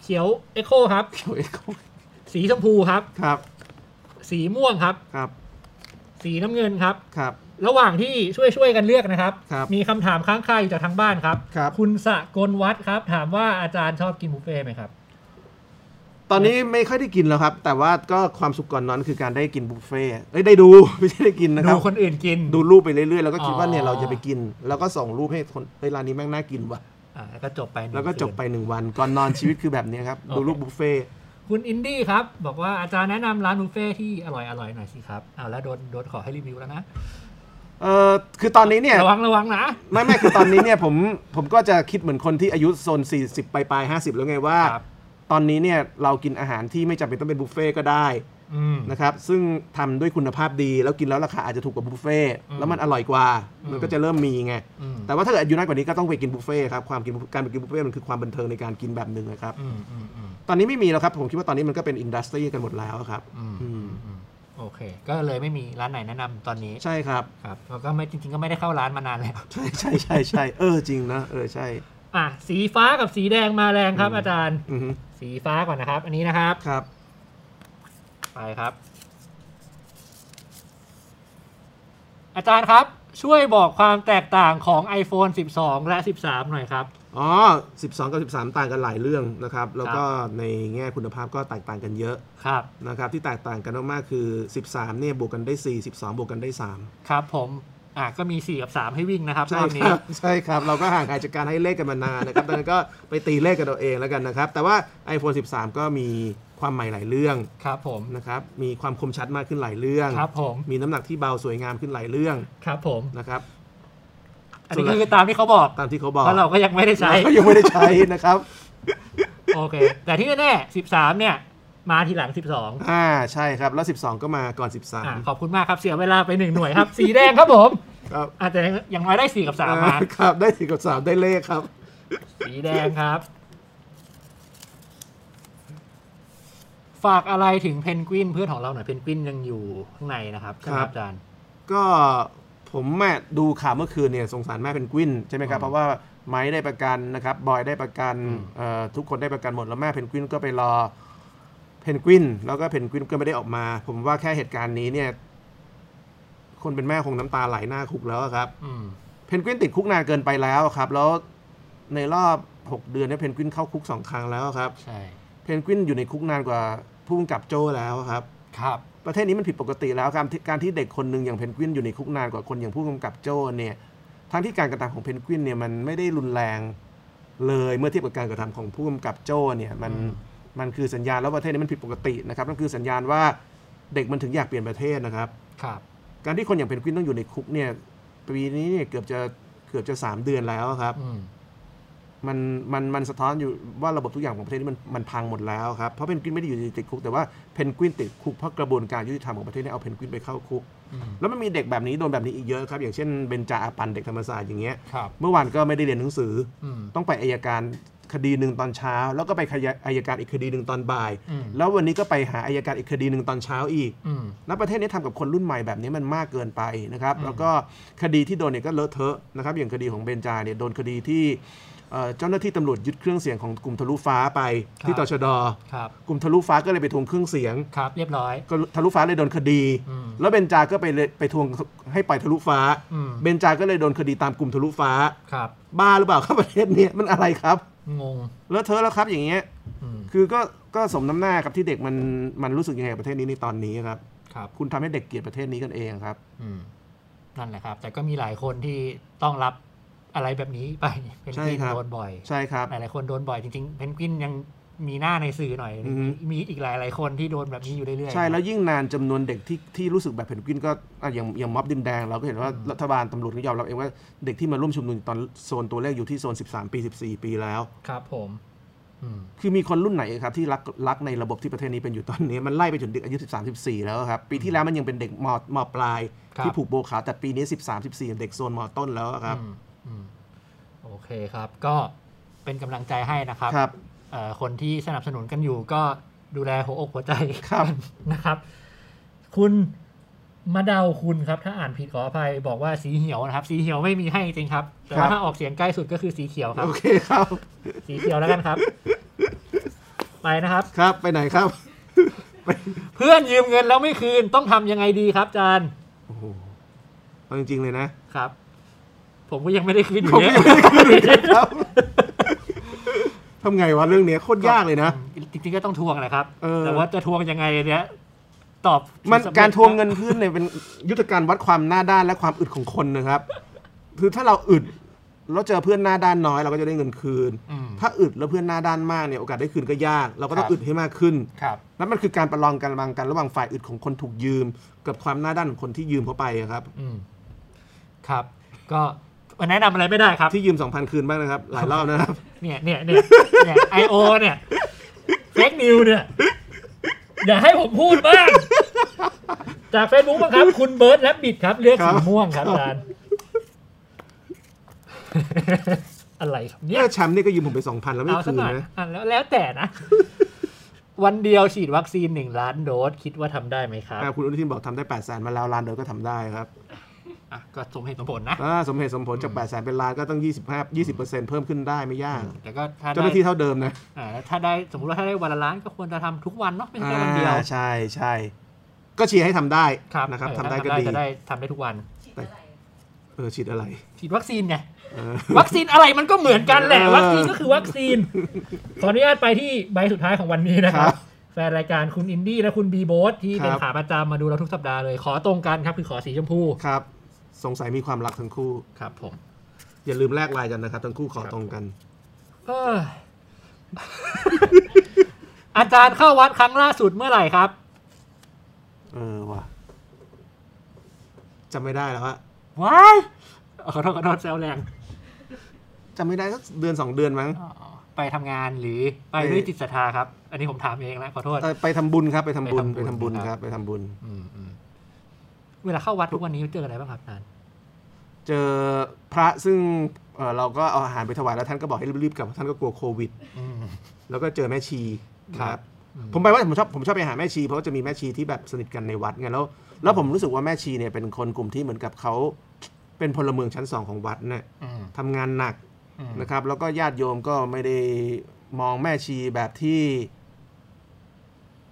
Speaker 2: เขียวเอ็โคครับ
Speaker 1: เขียวเอ็กโค
Speaker 2: สีชมพูครับ
Speaker 1: ครับ
Speaker 2: สีม่วงครับ
Speaker 1: ครับ
Speaker 2: สีน้ำเงินครับ
Speaker 1: ครับ
Speaker 2: ระหว่างที่ช่วยช่วยๆกันเลือกนะครับ
Speaker 1: ครับ
Speaker 2: มีคำถามค้างคาอยู่จากทางบ้านครับ
Speaker 1: ครับ
Speaker 2: คุณสะกลวัฒน์ครับ ถามว่าอาจารย์ชอบกินบุฟเฟ่ต์ไหมครับ
Speaker 1: ตอนนี้ไม่ค่อยได้กินแล้วครับ แต่ว่าก็ความสุขก่อนนอนคือการได้กินบุฟเฟ่ต์เอ้ยได้ดู ไม่ใช่ได้กินนะค
Speaker 2: ดู
Speaker 1: รับ
Speaker 2: คนอื่นกิน
Speaker 1: ดูรูปไปเรื่อยๆแล้วก็คิดว่าเนี่ย
Speaker 2: อ๋อ
Speaker 1: เราจะไปกิน แล้วก็ส่งรูปให้คนเฮ้ยร้านนี้แม่งน่ากินว่ะ
Speaker 2: อ่าแล้วก็จบไปหนึ่ง
Speaker 1: แล้วก็จบ
Speaker 2: คืน
Speaker 1: ไปหนึ่งวันก่อนนอนชีวิตคือแบบเนี้ยครับดูรูปบุฟเฟ่ต์
Speaker 2: คุณอินดี้ครับ บอกว่าอาจารย์แนะนำร้านบุฟเฟ่ต์ที่อร่อยอร่อยๆหน่อยสิครับเอาแล้วโดนโดนขอให้รีวิวแล้วนะ
Speaker 1: เออคือตอนนี้เนี่ย
Speaker 2: ระวังระวังนะ
Speaker 1: ไม่ไม่คือตอนนี้เนี่ยผมผมก็จะคิดเหมือนคนที่อายุโซน 40 ไปลายๆ50 แล้วไงว่า
Speaker 2: ครับ
Speaker 1: ตอนนี้เนี่ยเรากินอาหารที่ไม่จำเป็นต้องเป็นบุฟเฟ่ก็ได้
Speaker 2: อืม
Speaker 1: นะครับซึ่งทำด้วยคุณภาพดี แล้วกินแล้วราคาอาจจะถูกกว่าบุฟเฟ่
Speaker 2: อืม
Speaker 1: แล้วมันอร่อยกว่า
Speaker 2: อืม
Speaker 1: มันก็จะเริ่มมีไง
Speaker 2: อืม
Speaker 1: แต่ว่าถ้าเกิดอายุน้อยกว่านี้ก็ต้องไปกินบุฟเฟ่ครับความกินการไปกินบุฟเฟ่มันคือความบันเทิงในการกินแบบหนึ่งนะครับ
Speaker 2: อืมอืมอืม
Speaker 1: ตอนนี้ไม่มีแล้วครับผมคิดว่าตอนนี้มันก็เป็นอินดัสทรีกันหมดแล้วครับ
Speaker 2: อืม
Speaker 1: อืม
Speaker 2: อืมโอเค ก็เลยไม่มีร้านไหนแนะนำตอนนี้
Speaker 1: ใช่ครับ
Speaker 2: ครับแล้วก็ไม่จริง ๆ ก็ไม่ได้เข้าร้านมานานแล้ว
Speaker 1: ใช่ใช่ใช่ใช่เออจริงนะเออใช่
Speaker 2: อ่ะสีฟ้ากับสีแดงมาแรงครับ อาจารย์
Speaker 1: อือฮึ
Speaker 2: สีฟ้าก่อนนะครับ อันนี้นะครับ
Speaker 1: ครับ
Speaker 2: ไปครับ อาจารย์ครับ ช่วยบอกความแตกต่างของ iPhone 12 และ 13 หน่อยครับ
Speaker 1: อ๋อ 12 กับ 13 ต่างกันหลายเรื่องนะครับ แล้วก็ในแง่คุณภาพก็แตกต่างกันเยอะ
Speaker 2: ครับ
Speaker 1: นะครับ ที่แตกต่างกันมากๆคือ 13 เนี่ยบวกกันได้ 4 12 บวกกันได้ 3
Speaker 2: ครับผม อ่ะก็มี 4 กับ 3 ให้วิ่งนะครับร
Speaker 1: ใช่
Speaker 2: อบ
Speaker 1: ค
Speaker 2: นี้
Speaker 1: รับ ใช่ครับ เราก็ห่างหายจากการให้เลขกันมานานนะครับ ดังนั้นก็ไปตีเลขกันเอาเองแล้วกันนะครับ แต่ว่า iPhone 13 ก็มีความใหม่หลายเรื่อง
Speaker 2: ครับผม
Speaker 1: นะครับ มีความคมชัดมากขึ้นหลายเรื่อง
Speaker 2: ครับผม
Speaker 1: มีน้ำหนักที่เบาสวยงามขึ้นหลายเรื่อง
Speaker 2: ครับผม
Speaker 1: นะครับ
Speaker 2: อันนี้ก็คือตามที่เขาบอก
Speaker 1: ตามที่เขาบอก
Speaker 2: แล้วเราก็ยังไม่ได้ใช้
Speaker 1: เราก็ยังไม่ได้ใช้นะครับ
Speaker 2: โอเค แต่ที่แน่ๆ13 เนี่ย มาทีหลัง 12
Speaker 1: อ่า ใช่ครับ แล้ว 12 ก็มาก่อน
Speaker 2: อ่ะ
Speaker 1: 13
Speaker 2: ขอบคุณมากครับ เสียเวลาไปหนึ่งหน่วยครับ สีแดงครับผม
Speaker 1: ครับ
Speaker 2: อาจจะอย่างน้อยได้ 4 กับ 3 มา
Speaker 1: อ่ครับ ได้สี่กับสามได้เลขครับ
Speaker 2: สีแดงครับ ฝากอะไรถึงเพนกวินเพื่อนของเราหน่อย เพนกวินยังอยู่ข้างในนะครับใช่ไหมค
Speaker 1: ครั
Speaker 2: รับบ อาจารย์
Speaker 1: ก็ผมแม่ดูข่าวเมื่อคืนเนี่ยสงสารแม่เพนกวินใช่ไหมครับ
Speaker 2: อืม
Speaker 1: เพราะว่าไม้ได้ประกันนะครับ บอยได้ประกัน
Speaker 2: อืม
Speaker 1: เอ่อทุกคนได้ประกันหมด แล้วแม่เพนกวินก็ไปรอเพนกวิน แล้วก็เพนกวินก็ไม่ได้ออกมา ผมว่าแค่เหตุการณ์นี้เนี่ย คนเป็นแม่คงน้ำตาไหลหน้าคุกแล้วอะครับ
Speaker 2: อืม
Speaker 1: เพนกวินติดคุกนานเกินไปแล้วครับ แล้วในรอบ 6 เดือนเนี่ยเพนกวินเข้าคุกสองครั้งแล้วครับ
Speaker 2: ใช่
Speaker 1: เพนกวินอยู่ในคุกนานกว่าผู้กำกับโจ้แล้วครับ
Speaker 2: ครับ
Speaker 1: ประเทศนี้มันผิดปกติแล้วการการที่เด็กคนหนึ่งอย่างเพนกวินอยู่ในคุกนานกว่าคนอย่างผู้กำกับโจ้เนี่ยทั้งที่การกระทำของเพนกวินเนี่ยมันไม่ได้รุนแรงเลยเมื่อเทียบกับการกระทำของผู้กำกับโจ้เนี่ยมัน
Speaker 2: อืม
Speaker 1: มันคือสัญญาณแล้วประเทศนี้มันผิดปกตินะครับนั่นคือสัญญาณว่าเด็กมันถึงอยากเปลี่ยนประเทศนะครับ
Speaker 2: ครับ
Speaker 1: การที่คนอย่างเพนกวินต้องอยู่ในคุกเนี่ยปีนี้เนี่ยเกือบจะเกือบจะสามเดือนแล้วครับ
Speaker 2: อืม
Speaker 1: มันมันมันสะท้อนอยู่ว่าระบบทุกอย่างของประเทศนี้มันมันพังหมดแล้วครับเพราะเพนกวินไม่ได้อยู่ในติดคุกแต่ว่าเพนกวินติดคุกเพราะกระบวนการยุติธรรมของประเทศเนี่ยเอาเพนกวินไปเข้าคุก
Speaker 2: อืม
Speaker 1: แล้วมันมีเด็กแบบนี้โดนแบบนี้อีกเยอะครับ อย่างเช่นเบนจาอาปันเด็กธรรมศาสตร์อย่างเงี้ย
Speaker 2: ครับ
Speaker 1: เมื่อวานก็ไม่ได้เรียนหนังสือ
Speaker 2: อืม
Speaker 1: ต้องไปอายการคดีหนึ่งตอนเช้า แล้วก็ไปขยะอายการอีกคดีหนึ่งตอนบ่าย
Speaker 2: อืม
Speaker 1: แล้ววันนี้ก็ไปหาอายการอีกคดีหนึ่งตอนเช้าอีก
Speaker 2: อืม
Speaker 1: ณประเทศนี้ทำกับคนรุ่นใหม่แบบนี้มันมากเกินไปนะครับ แล้วก็คดีที่โดนเนี่ยก็เลอะเทอะนะครับ อย่างคดีของเบนจาเนี่ยโดนคดีที่เอ่อเจ้าหน้าที่ตำรวจยึดเครื่องเสียงของกลุ่มทะลุฟ้าไป
Speaker 2: ครับ
Speaker 1: ที่ตชด
Speaker 2: ครับ
Speaker 1: กลุ่มทะลุฟ้าก็เลยไปทวงเครื่องเสียง
Speaker 2: ครับ เรียบร้อย
Speaker 1: ก็ทะลุฟ้าเลยโดนคดี
Speaker 2: อืม
Speaker 1: แล้วเบนจาก็ไปเลยไปทวงให้ปล่อยทะลุฟ้า
Speaker 2: อืม
Speaker 1: เบนจาก็เลยโดนคดีตามกลุ่มทะลุฟ้า
Speaker 2: ครับ
Speaker 1: บ้าหรือเปล่าครับประเทศเนี้มันอะไรครับ
Speaker 2: งง
Speaker 1: เลอะเทอะแล้วครับอย่างเงี้ย
Speaker 2: อืม
Speaker 1: คือก็ก็สมน้ำหน้าครับที่เด็กมันมันรู้สึกยังไงกับประเทศนี้ในตอนนี้ครับ
Speaker 2: ครับ
Speaker 1: คุณทำให้เด็กเกลียดประเทศนี้กันเองครับ
Speaker 2: อืม นั่นแหละครับ แต่ก็มีหลายคนที่ต้องรับอะไรแบบนี้ไป เป็น
Speaker 1: ใช่
Speaker 2: ที่
Speaker 1: ครับ
Speaker 2: โดนบ่อย
Speaker 1: ใช่ครับ
Speaker 2: หลายๆคนโดนบ่อยจริงๆ เพนกวินยังมีหน้าในสื่อหน่อย
Speaker 1: อือฮึ
Speaker 2: มีอีกหลายๆคนที่โดนแบบนี้อยู่เรื่อยๆ
Speaker 1: ใช่แล้วยิ่งนานจำนวนเด็กที่ที่รู้สึกแบบเพนกวินก็อ่ะอย่างอย่างม็อบดินแดง เราก็เห็นว่ารัฐบาลตำรวจก็ยอมรับเองว่าเด็กที่มาร่วมชุมนุมตอนโซนตัวเลขอยู่ที่โซน 13 ปี 14 ปีแล้ว
Speaker 2: ครับผม อืม
Speaker 1: คือมีคนรุ่นไหนครับที่รักรักในระบบที่ประเทศนี้เป็นอยู่ตอนนี้ มันไล่ไปจนเด็กอายุ 13 14 แล้วครับ ปีที่แล้วมันยังเป็นเด็กมมปลาย
Speaker 2: ครับ
Speaker 1: ที่ผูกโบว์ขาวแต่ปีนี้ 13 14 เด็กโซนมต้นแล้วครับ
Speaker 2: อืมอืมโอเคครับ ก็เป็นกำลังใจให้นะครับ
Speaker 1: ครับ
Speaker 2: เอ่อคนที่สนับสนุนกันอยู่ก็ดูแลหัวอกหัวใจ
Speaker 1: ครับ
Speaker 2: นะครับ คุณมาเดาคุณครับ ถ้าอ่านผิดขออภัยบอกว่าสีเหียวนะครับ สีเหียวไม่มีให้จริงครับ แต่ว่าถ้าออกเสียงใกล้สุดก็คือสีเขียวครับ
Speaker 1: โอเคครับ
Speaker 2: สีเขียวแล้ว กันครับ ไปนะครับ
Speaker 1: ครับไปไหนครับ
Speaker 2: เพื่อนยืมเงินแล้วไม่คืนต้องทำยังไงดีครับอาจารย์
Speaker 1: โอ้โหเอาจริงๆเลย นะครับ
Speaker 2: ผมก็ยังไม่ได้คืนอ
Speaker 1: ผม
Speaker 2: ยู่
Speaker 1: ก็ยั
Speaker 2: เนี่ย
Speaker 1: งไม่ได้คุยเลยครับ ทำไงวะเรื่องเนี้ยโคตรยากเลยนะ
Speaker 2: จริงๆก็ต้องทวงแหละครับ
Speaker 1: เออ
Speaker 2: แต่ว่าจะทวงยังไงเนี่ยตอบ
Speaker 1: มัน
Speaker 2: สำเจ
Speaker 1: การทวงเงินเพื่อนเนี่ย เป็นยุทธการวัดความหน้าด้านและความอึดของคนนะครับ คือถ้าเราอึดแล้วเจอเพื่อนหน้าด้านน้อยเราก็จะได้เงินคืน
Speaker 2: อืม
Speaker 1: ถ้าอึดแล้วเพื่อนหน้าด้านมากเนี่ยโอกาสได้คืนก็ยาก เราก็ต้อ
Speaker 2: ครั
Speaker 1: ง
Speaker 2: บ
Speaker 1: อึดให้มากขึ้น
Speaker 2: ครับ
Speaker 1: นั่นมันคือการประลองกันบางกันระหว่างฝ่ายอึดของคนถูกยืม กับความหน้าด้านของคนที่ยืมเขาไปอะครับ
Speaker 2: อืมครับ ก็แนะนำอะไรไม่ได้ครับ
Speaker 1: ที่ยืม 2,000 คืนบ้างนะครับ หลายรอบ นะครับ
Speaker 2: เนี่ยเนี่ยเนี่ยเนี่ยไอโอเนี่ยเฟกนิวเนี่ย อย่าให้ผมพูดบ้าง จากเฟซบุ๊กบ้างครับ คุณเบิร์ดและบิดครับ เลือก
Speaker 1: ครั
Speaker 2: สี
Speaker 1: บ
Speaker 2: ม่วงครับอาจารย์ อะไรครับเนี่
Speaker 1: เนี่ย ยแชมป์นี่ก็ยืมผมไป 2,000 แล้วไม่
Speaker 2: เอาสั
Speaker 1: คื
Speaker 2: ก
Speaker 1: น
Speaker 2: หน่อย
Speaker 1: นะ
Speaker 2: อ่ะแล้วแล้วแต่ นะ วันเดียวฉีดวัคซีนหนึ่งล้านโดส คิดว่าทำได้ไหมครับ
Speaker 1: อ่าคุณอนุทินบอกทำได้8 0 0 0 0 0มาแล้วล้านเดียวก็ทำได้ครับ
Speaker 2: อ่ะก็สมเหตุสมผลนะ
Speaker 1: อ่าสมเหตุสมผลจาก 8 0 0 0 0 0 เป็นล้านก็ต้อง 25 20 เพิ่มขึ้นได้ไม่ยาก
Speaker 2: แต่ก็ถ้า
Speaker 1: เจ้าห
Speaker 2: ได้
Speaker 1: น้าที่เท่าเดิมนะ
Speaker 2: อ่าแล้วถ้าได้สมมติว่าถ้าได้วันละล้านก็ควรจะทำทุกวันเนาะไม่ใช่แค่วันเดียว
Speaker 1: อ่าใช่ใช่ก็เชียร์ให้ทำได้
Speaker 2: ครับ
Speaker 1: นะครับ
Speaker 2: เออ
Speaker 1: ทำได้ก็ดี
Speaker 2: จะได้ทำได้ทุกวัน
Speaker 4: ฉีดเท่าไหร่
Speaker 1: เออฉีดอะไร
Speaker 2: ฉีดวัคซีนไง
Speaker 1: เออ
Speaker 2: วัคซีนอะไรมันก็เหมือนกันแห ละ
Speaker 1: เออ
Speaker 2: วัคซีนก็คือวัคซีน ขออนุญาตไปที่ใบสุดท้ายของวันนี้นะครั
Speaker 1: ค
Speaker 2: บ
Speaker 1: รับ
Speaker 2: แฟนรายการคุณอินดี้และคุณบีโบสที่เป็น
Speaker 1: ครับ
Speaker 2: ขาประจำมาดูเราทุกสัปดาห์เลย ขอตรงกันครับ คือขอสีชมพู
Speaker 1: ครับ สงสัยมีความรักทั้งคู่
Speaker 2: ครับผม
Speaker 1: อย่าลืมแลกไลน์กันนะครับ ทั้งคู่ขอตรงกัน
Speaker 2: เอ้อ อาจารย์เข้าวัดครั้งล่าสุดเมื่อไหร่ครับ
Speaker 1: เออว่ะจำไม่ได้แล้วอะ
Speaker 2: ว้ายขอโทษขอโทษแซวแรง
Speaker 1: จำไม่ได้สักเดือนสองเดือนมั้ง
Speaker 2: อ๋อไปทำงานหรือไปด้วยจิตศรัทธาครับ อันนี้ผมถามเองนะขอโทษ
Speaker 1: เอ่อไปทำบุญครับไปทำบุญ
Speaker 2: ไป
Speaker 1: ไป
Speaker 2: ทำ
Speaker 1: ทำ
Speaker 2: บุ
Speaker 1: บุ
Speaker 2: ญ
Speaker 1: ญครับไปทำบุญ
Speaker 2: อืมอืมเวลาเข้าวัดทุกวันนี้เจออะไรบ้างครับอาจารย์
Speaker 1: เจอพระซึ่งเอ่อเราก็เอาอาหารไปถวายแล้วท่านก็บอกให้รีบๆกลับเพราะท่านก็กลัวโควิด
Speaker 2: อืม
Speaker 1: แล้วก็เจอแม่ชี
Speaker 2: ครับ
Speaker 1: ครับ
Speaker 2: อืม
Speaker 1: ผมไปว่าผมชอบผมชอบไปหาแม่ชีเพราะว่าจะมีแม่ชีที่แบบสนิทกันในวัดไงแล้ว แล้วผมรู้สึกว่าแม่ชีเนี่ยเป็นคนกลุ่มที่เหมือนกับเขาเป็นพลเมืองชั้นสองของวัดเนี่ย
Speaker 2: อืม
Speaker 1: ทำงานหนัก
Speaker 2: อืม
Speaker 1: นะครับ แล้วก็ญาติโยมก็ไม่ได้มองแม่ชีแบบที่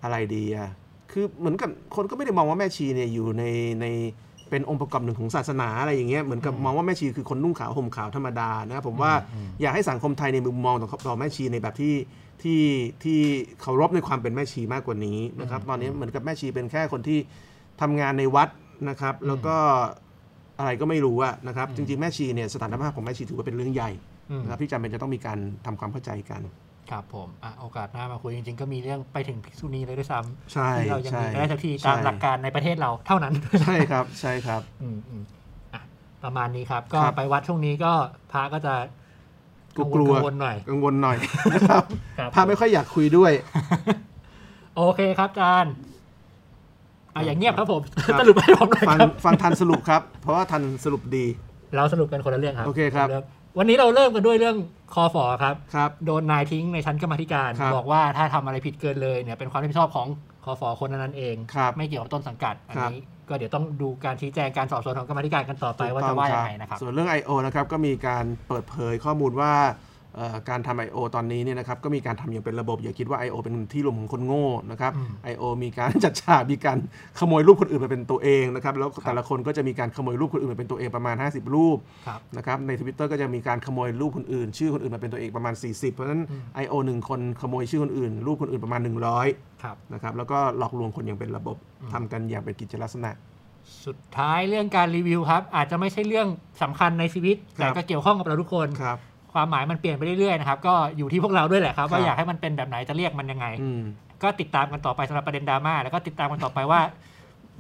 Speaker 1: อะไรดีอะคือเหมือนกับคนก็ไม่ได้มองว่าแม่ชีเนี่ยอยู่ในในเป็นองค์ประกอบหนึ่งของศาสนาอะไรอย่างเงี้ยเหมือนกับมองว่าแม่ชีคือคนนุ่งขาวห่มขาวธรรมดานะครับผมว่า
Speaker 2: อืม
Speaker 1: อยากให้สังคมไทยในยมุมมองต่อต่อแม่ชีในแบบที่ที่ที่เคารพในความเป็นแม่ชีมากกว่านี้นะครับตอนนี้เหมือนกับแม่ชีเป็นแค่คนที่ทำงานในวัดนะครับ แล้วก็อะไรก็ไม่รู้อะนะครับ จริงๆแม่ชีเนี่ยสถานภาพของแม่ชีถือว่าเป็นเรื่องใหญ่
Speaker 2: อืม
Speaker 1: นะครับที่จำเป็นจะต้องมีการทำความเข้าใจกัน
Speaker 2: ครับผมอ่ะโอกาสหน้ามาคุยจริงๆ ก็มีเรื่องไปถึงภิกษุณีเลยด้วยซ้ำ
Speaker 1: ใช่
Speaker 2: ที่เรายัง
Speaker 1: ใช่
Speaker 2: มีไม่ได้สักที
Speaker 1: ใช่
Speaker 2: ตามหลักการในประเทศเราเท่านั้น
Speaker 1: ใช่ครับใช่ครับ
Speaker 2: อืมอืมอ่ะประมาณนี้ครับ ก็
Speaker 1: ครับ
Speaker 2: ไปวัดช่วงนี้ก็พระก็จะ
Speaker 1: กลัว
Speaker 2: กังวลๆหน่อย
Speaker 1: กังวลหน่อย นะครับ
Speaker 2: ครับ
Speaker 1: พาไม่ค่อยอยากคุยด้วย
Speaker 2: โอเคครับอาจารย์เอาอย่างเงียบครับผม
Speaker 1: ครับ
Speaker 2: สรุปให้ผมหน่อย
Speaker 1: ฟัง
Speaker 2: ครับ
Speaker 1: ฟังทันสรุปครับเพราะว่าทันสรุปดี
Speaker 2: เราสรุปกันคนละเรื่องครับ
Speaker 1: โอเคครับ
Speaker 2: นละงวันนี้เราเริ่มกันด้วยเรื่องคอฟอครับ
Speaker 1: ครับ
Speaker 2: โดนนายทิ้งในชั้นกรรมาธิการ
Speaker 1: ครับ
Speaker 2: บอกว่าถ้าทำอะไรผิดเกินเลยเนี่ยเป็นความรับผิดชอบของคอฟอคนนั้นๆเอง
Speaker 1: ครับ
Speaker 2: ไม่เกี่ยวกับต้นสังกัด อัน
Speaker 1: ครับ
Speaker 2: นี้ก็เดี๋ยวต้องดูการชี้แจงการสอบสวนของกรรมาธิการกันต่อไปว่าจะว่ายังไงนะครับ
Speaker 1: ส่วนเรื่อง I.O. นะครับก็มีการเปิดเผยข้อมูลว่าเอ่อการทำ I.O. ตอนนี้เนี่ยนะครับก็มีการทำอย่างเป็นระบบอย่าคิดว่า I.O. เป็นที่รวมของคนโง่นะครับ
Speaker 2: อืม
Speaker 1: I.O. มีการ จัดฉากมีการขโมยรูปคนอื่นมาเป็นตัวเองนะครับแล้วแต่ละคนก็จะมีการขโมยรูปคนอื่นมาเป็นตัวเองประมาณ 50 รูป
Speaker 2: ครับ
Speaker 1: นะครับใน Twitter ก็จะมีการขโมยรูปคนอื่น ชื่อคนอื่นมาเป็นตัวเองประมาณ 40 เพราะฉะนั้น
Speaker 2: อืม
Speaker 1: I.O. หนึ่งคนขโมยชื่อคนอื่น รูปคนอื่นประมาณ 100
Speaker 2: ครับ
Speaker 1: นะครับแล้วก็หลอกลวงคนอย่างเป็นระบบทำกันอย่างเป็นกิจลักษณะ
Speaker 2: สุดท้ายเรื่องการรีวิวครับ อาจจะไม่ใช่เรื่องสำคัญในชีวิต
Speaker 1: ครับ
Speaker 2: แต่ก็เกี่ยวข้องกับเราทุกคน
Speaker 1: ครับ
Speaker 2: ความหมายมันเปลี่ยนไปเรื่อยๆนะครับ ก็อยู่ที่พวกเราด้วยแหละครั
Speaker 1: ค
Speaker 2: บ
Speaker 1: รับ
Speaker 2: ว่าอยากให้มันเป็นแบบไหนจะเรียกมันยังไง
Speaker 1: อืม
Speaker 2: ก็ติดตามกันต่อไปสำหรับประเด็นดราม่าแล้วก็ติดตามกันต่อไปว่า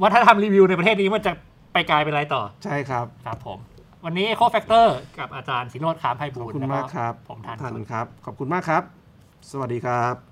Speaker 2: วัฒนธรรมรีวิวในประเทศนี้มันจะไปกลายเป็นอะไรต่อ
Speaker 1: ใช่ครับ
Speaker 2: ครับผม วันนี้โคแฟกเตอร์กับอาจารย์สิโรธขามไพ
Speaker 1: ข
Speaker 2: บู
Speaker 1: อบ
Speaker 2: ลย์
Speaker 1: คุณ
Speaker 2: แล้ว
Speaker 1: มากครับ
Speaker 2: ผมทาน
Speaker 1: ทัน
Speaker 2: สุด
Speaker 1: ครับ ขอบคุณมากครับ สวัสดีครับ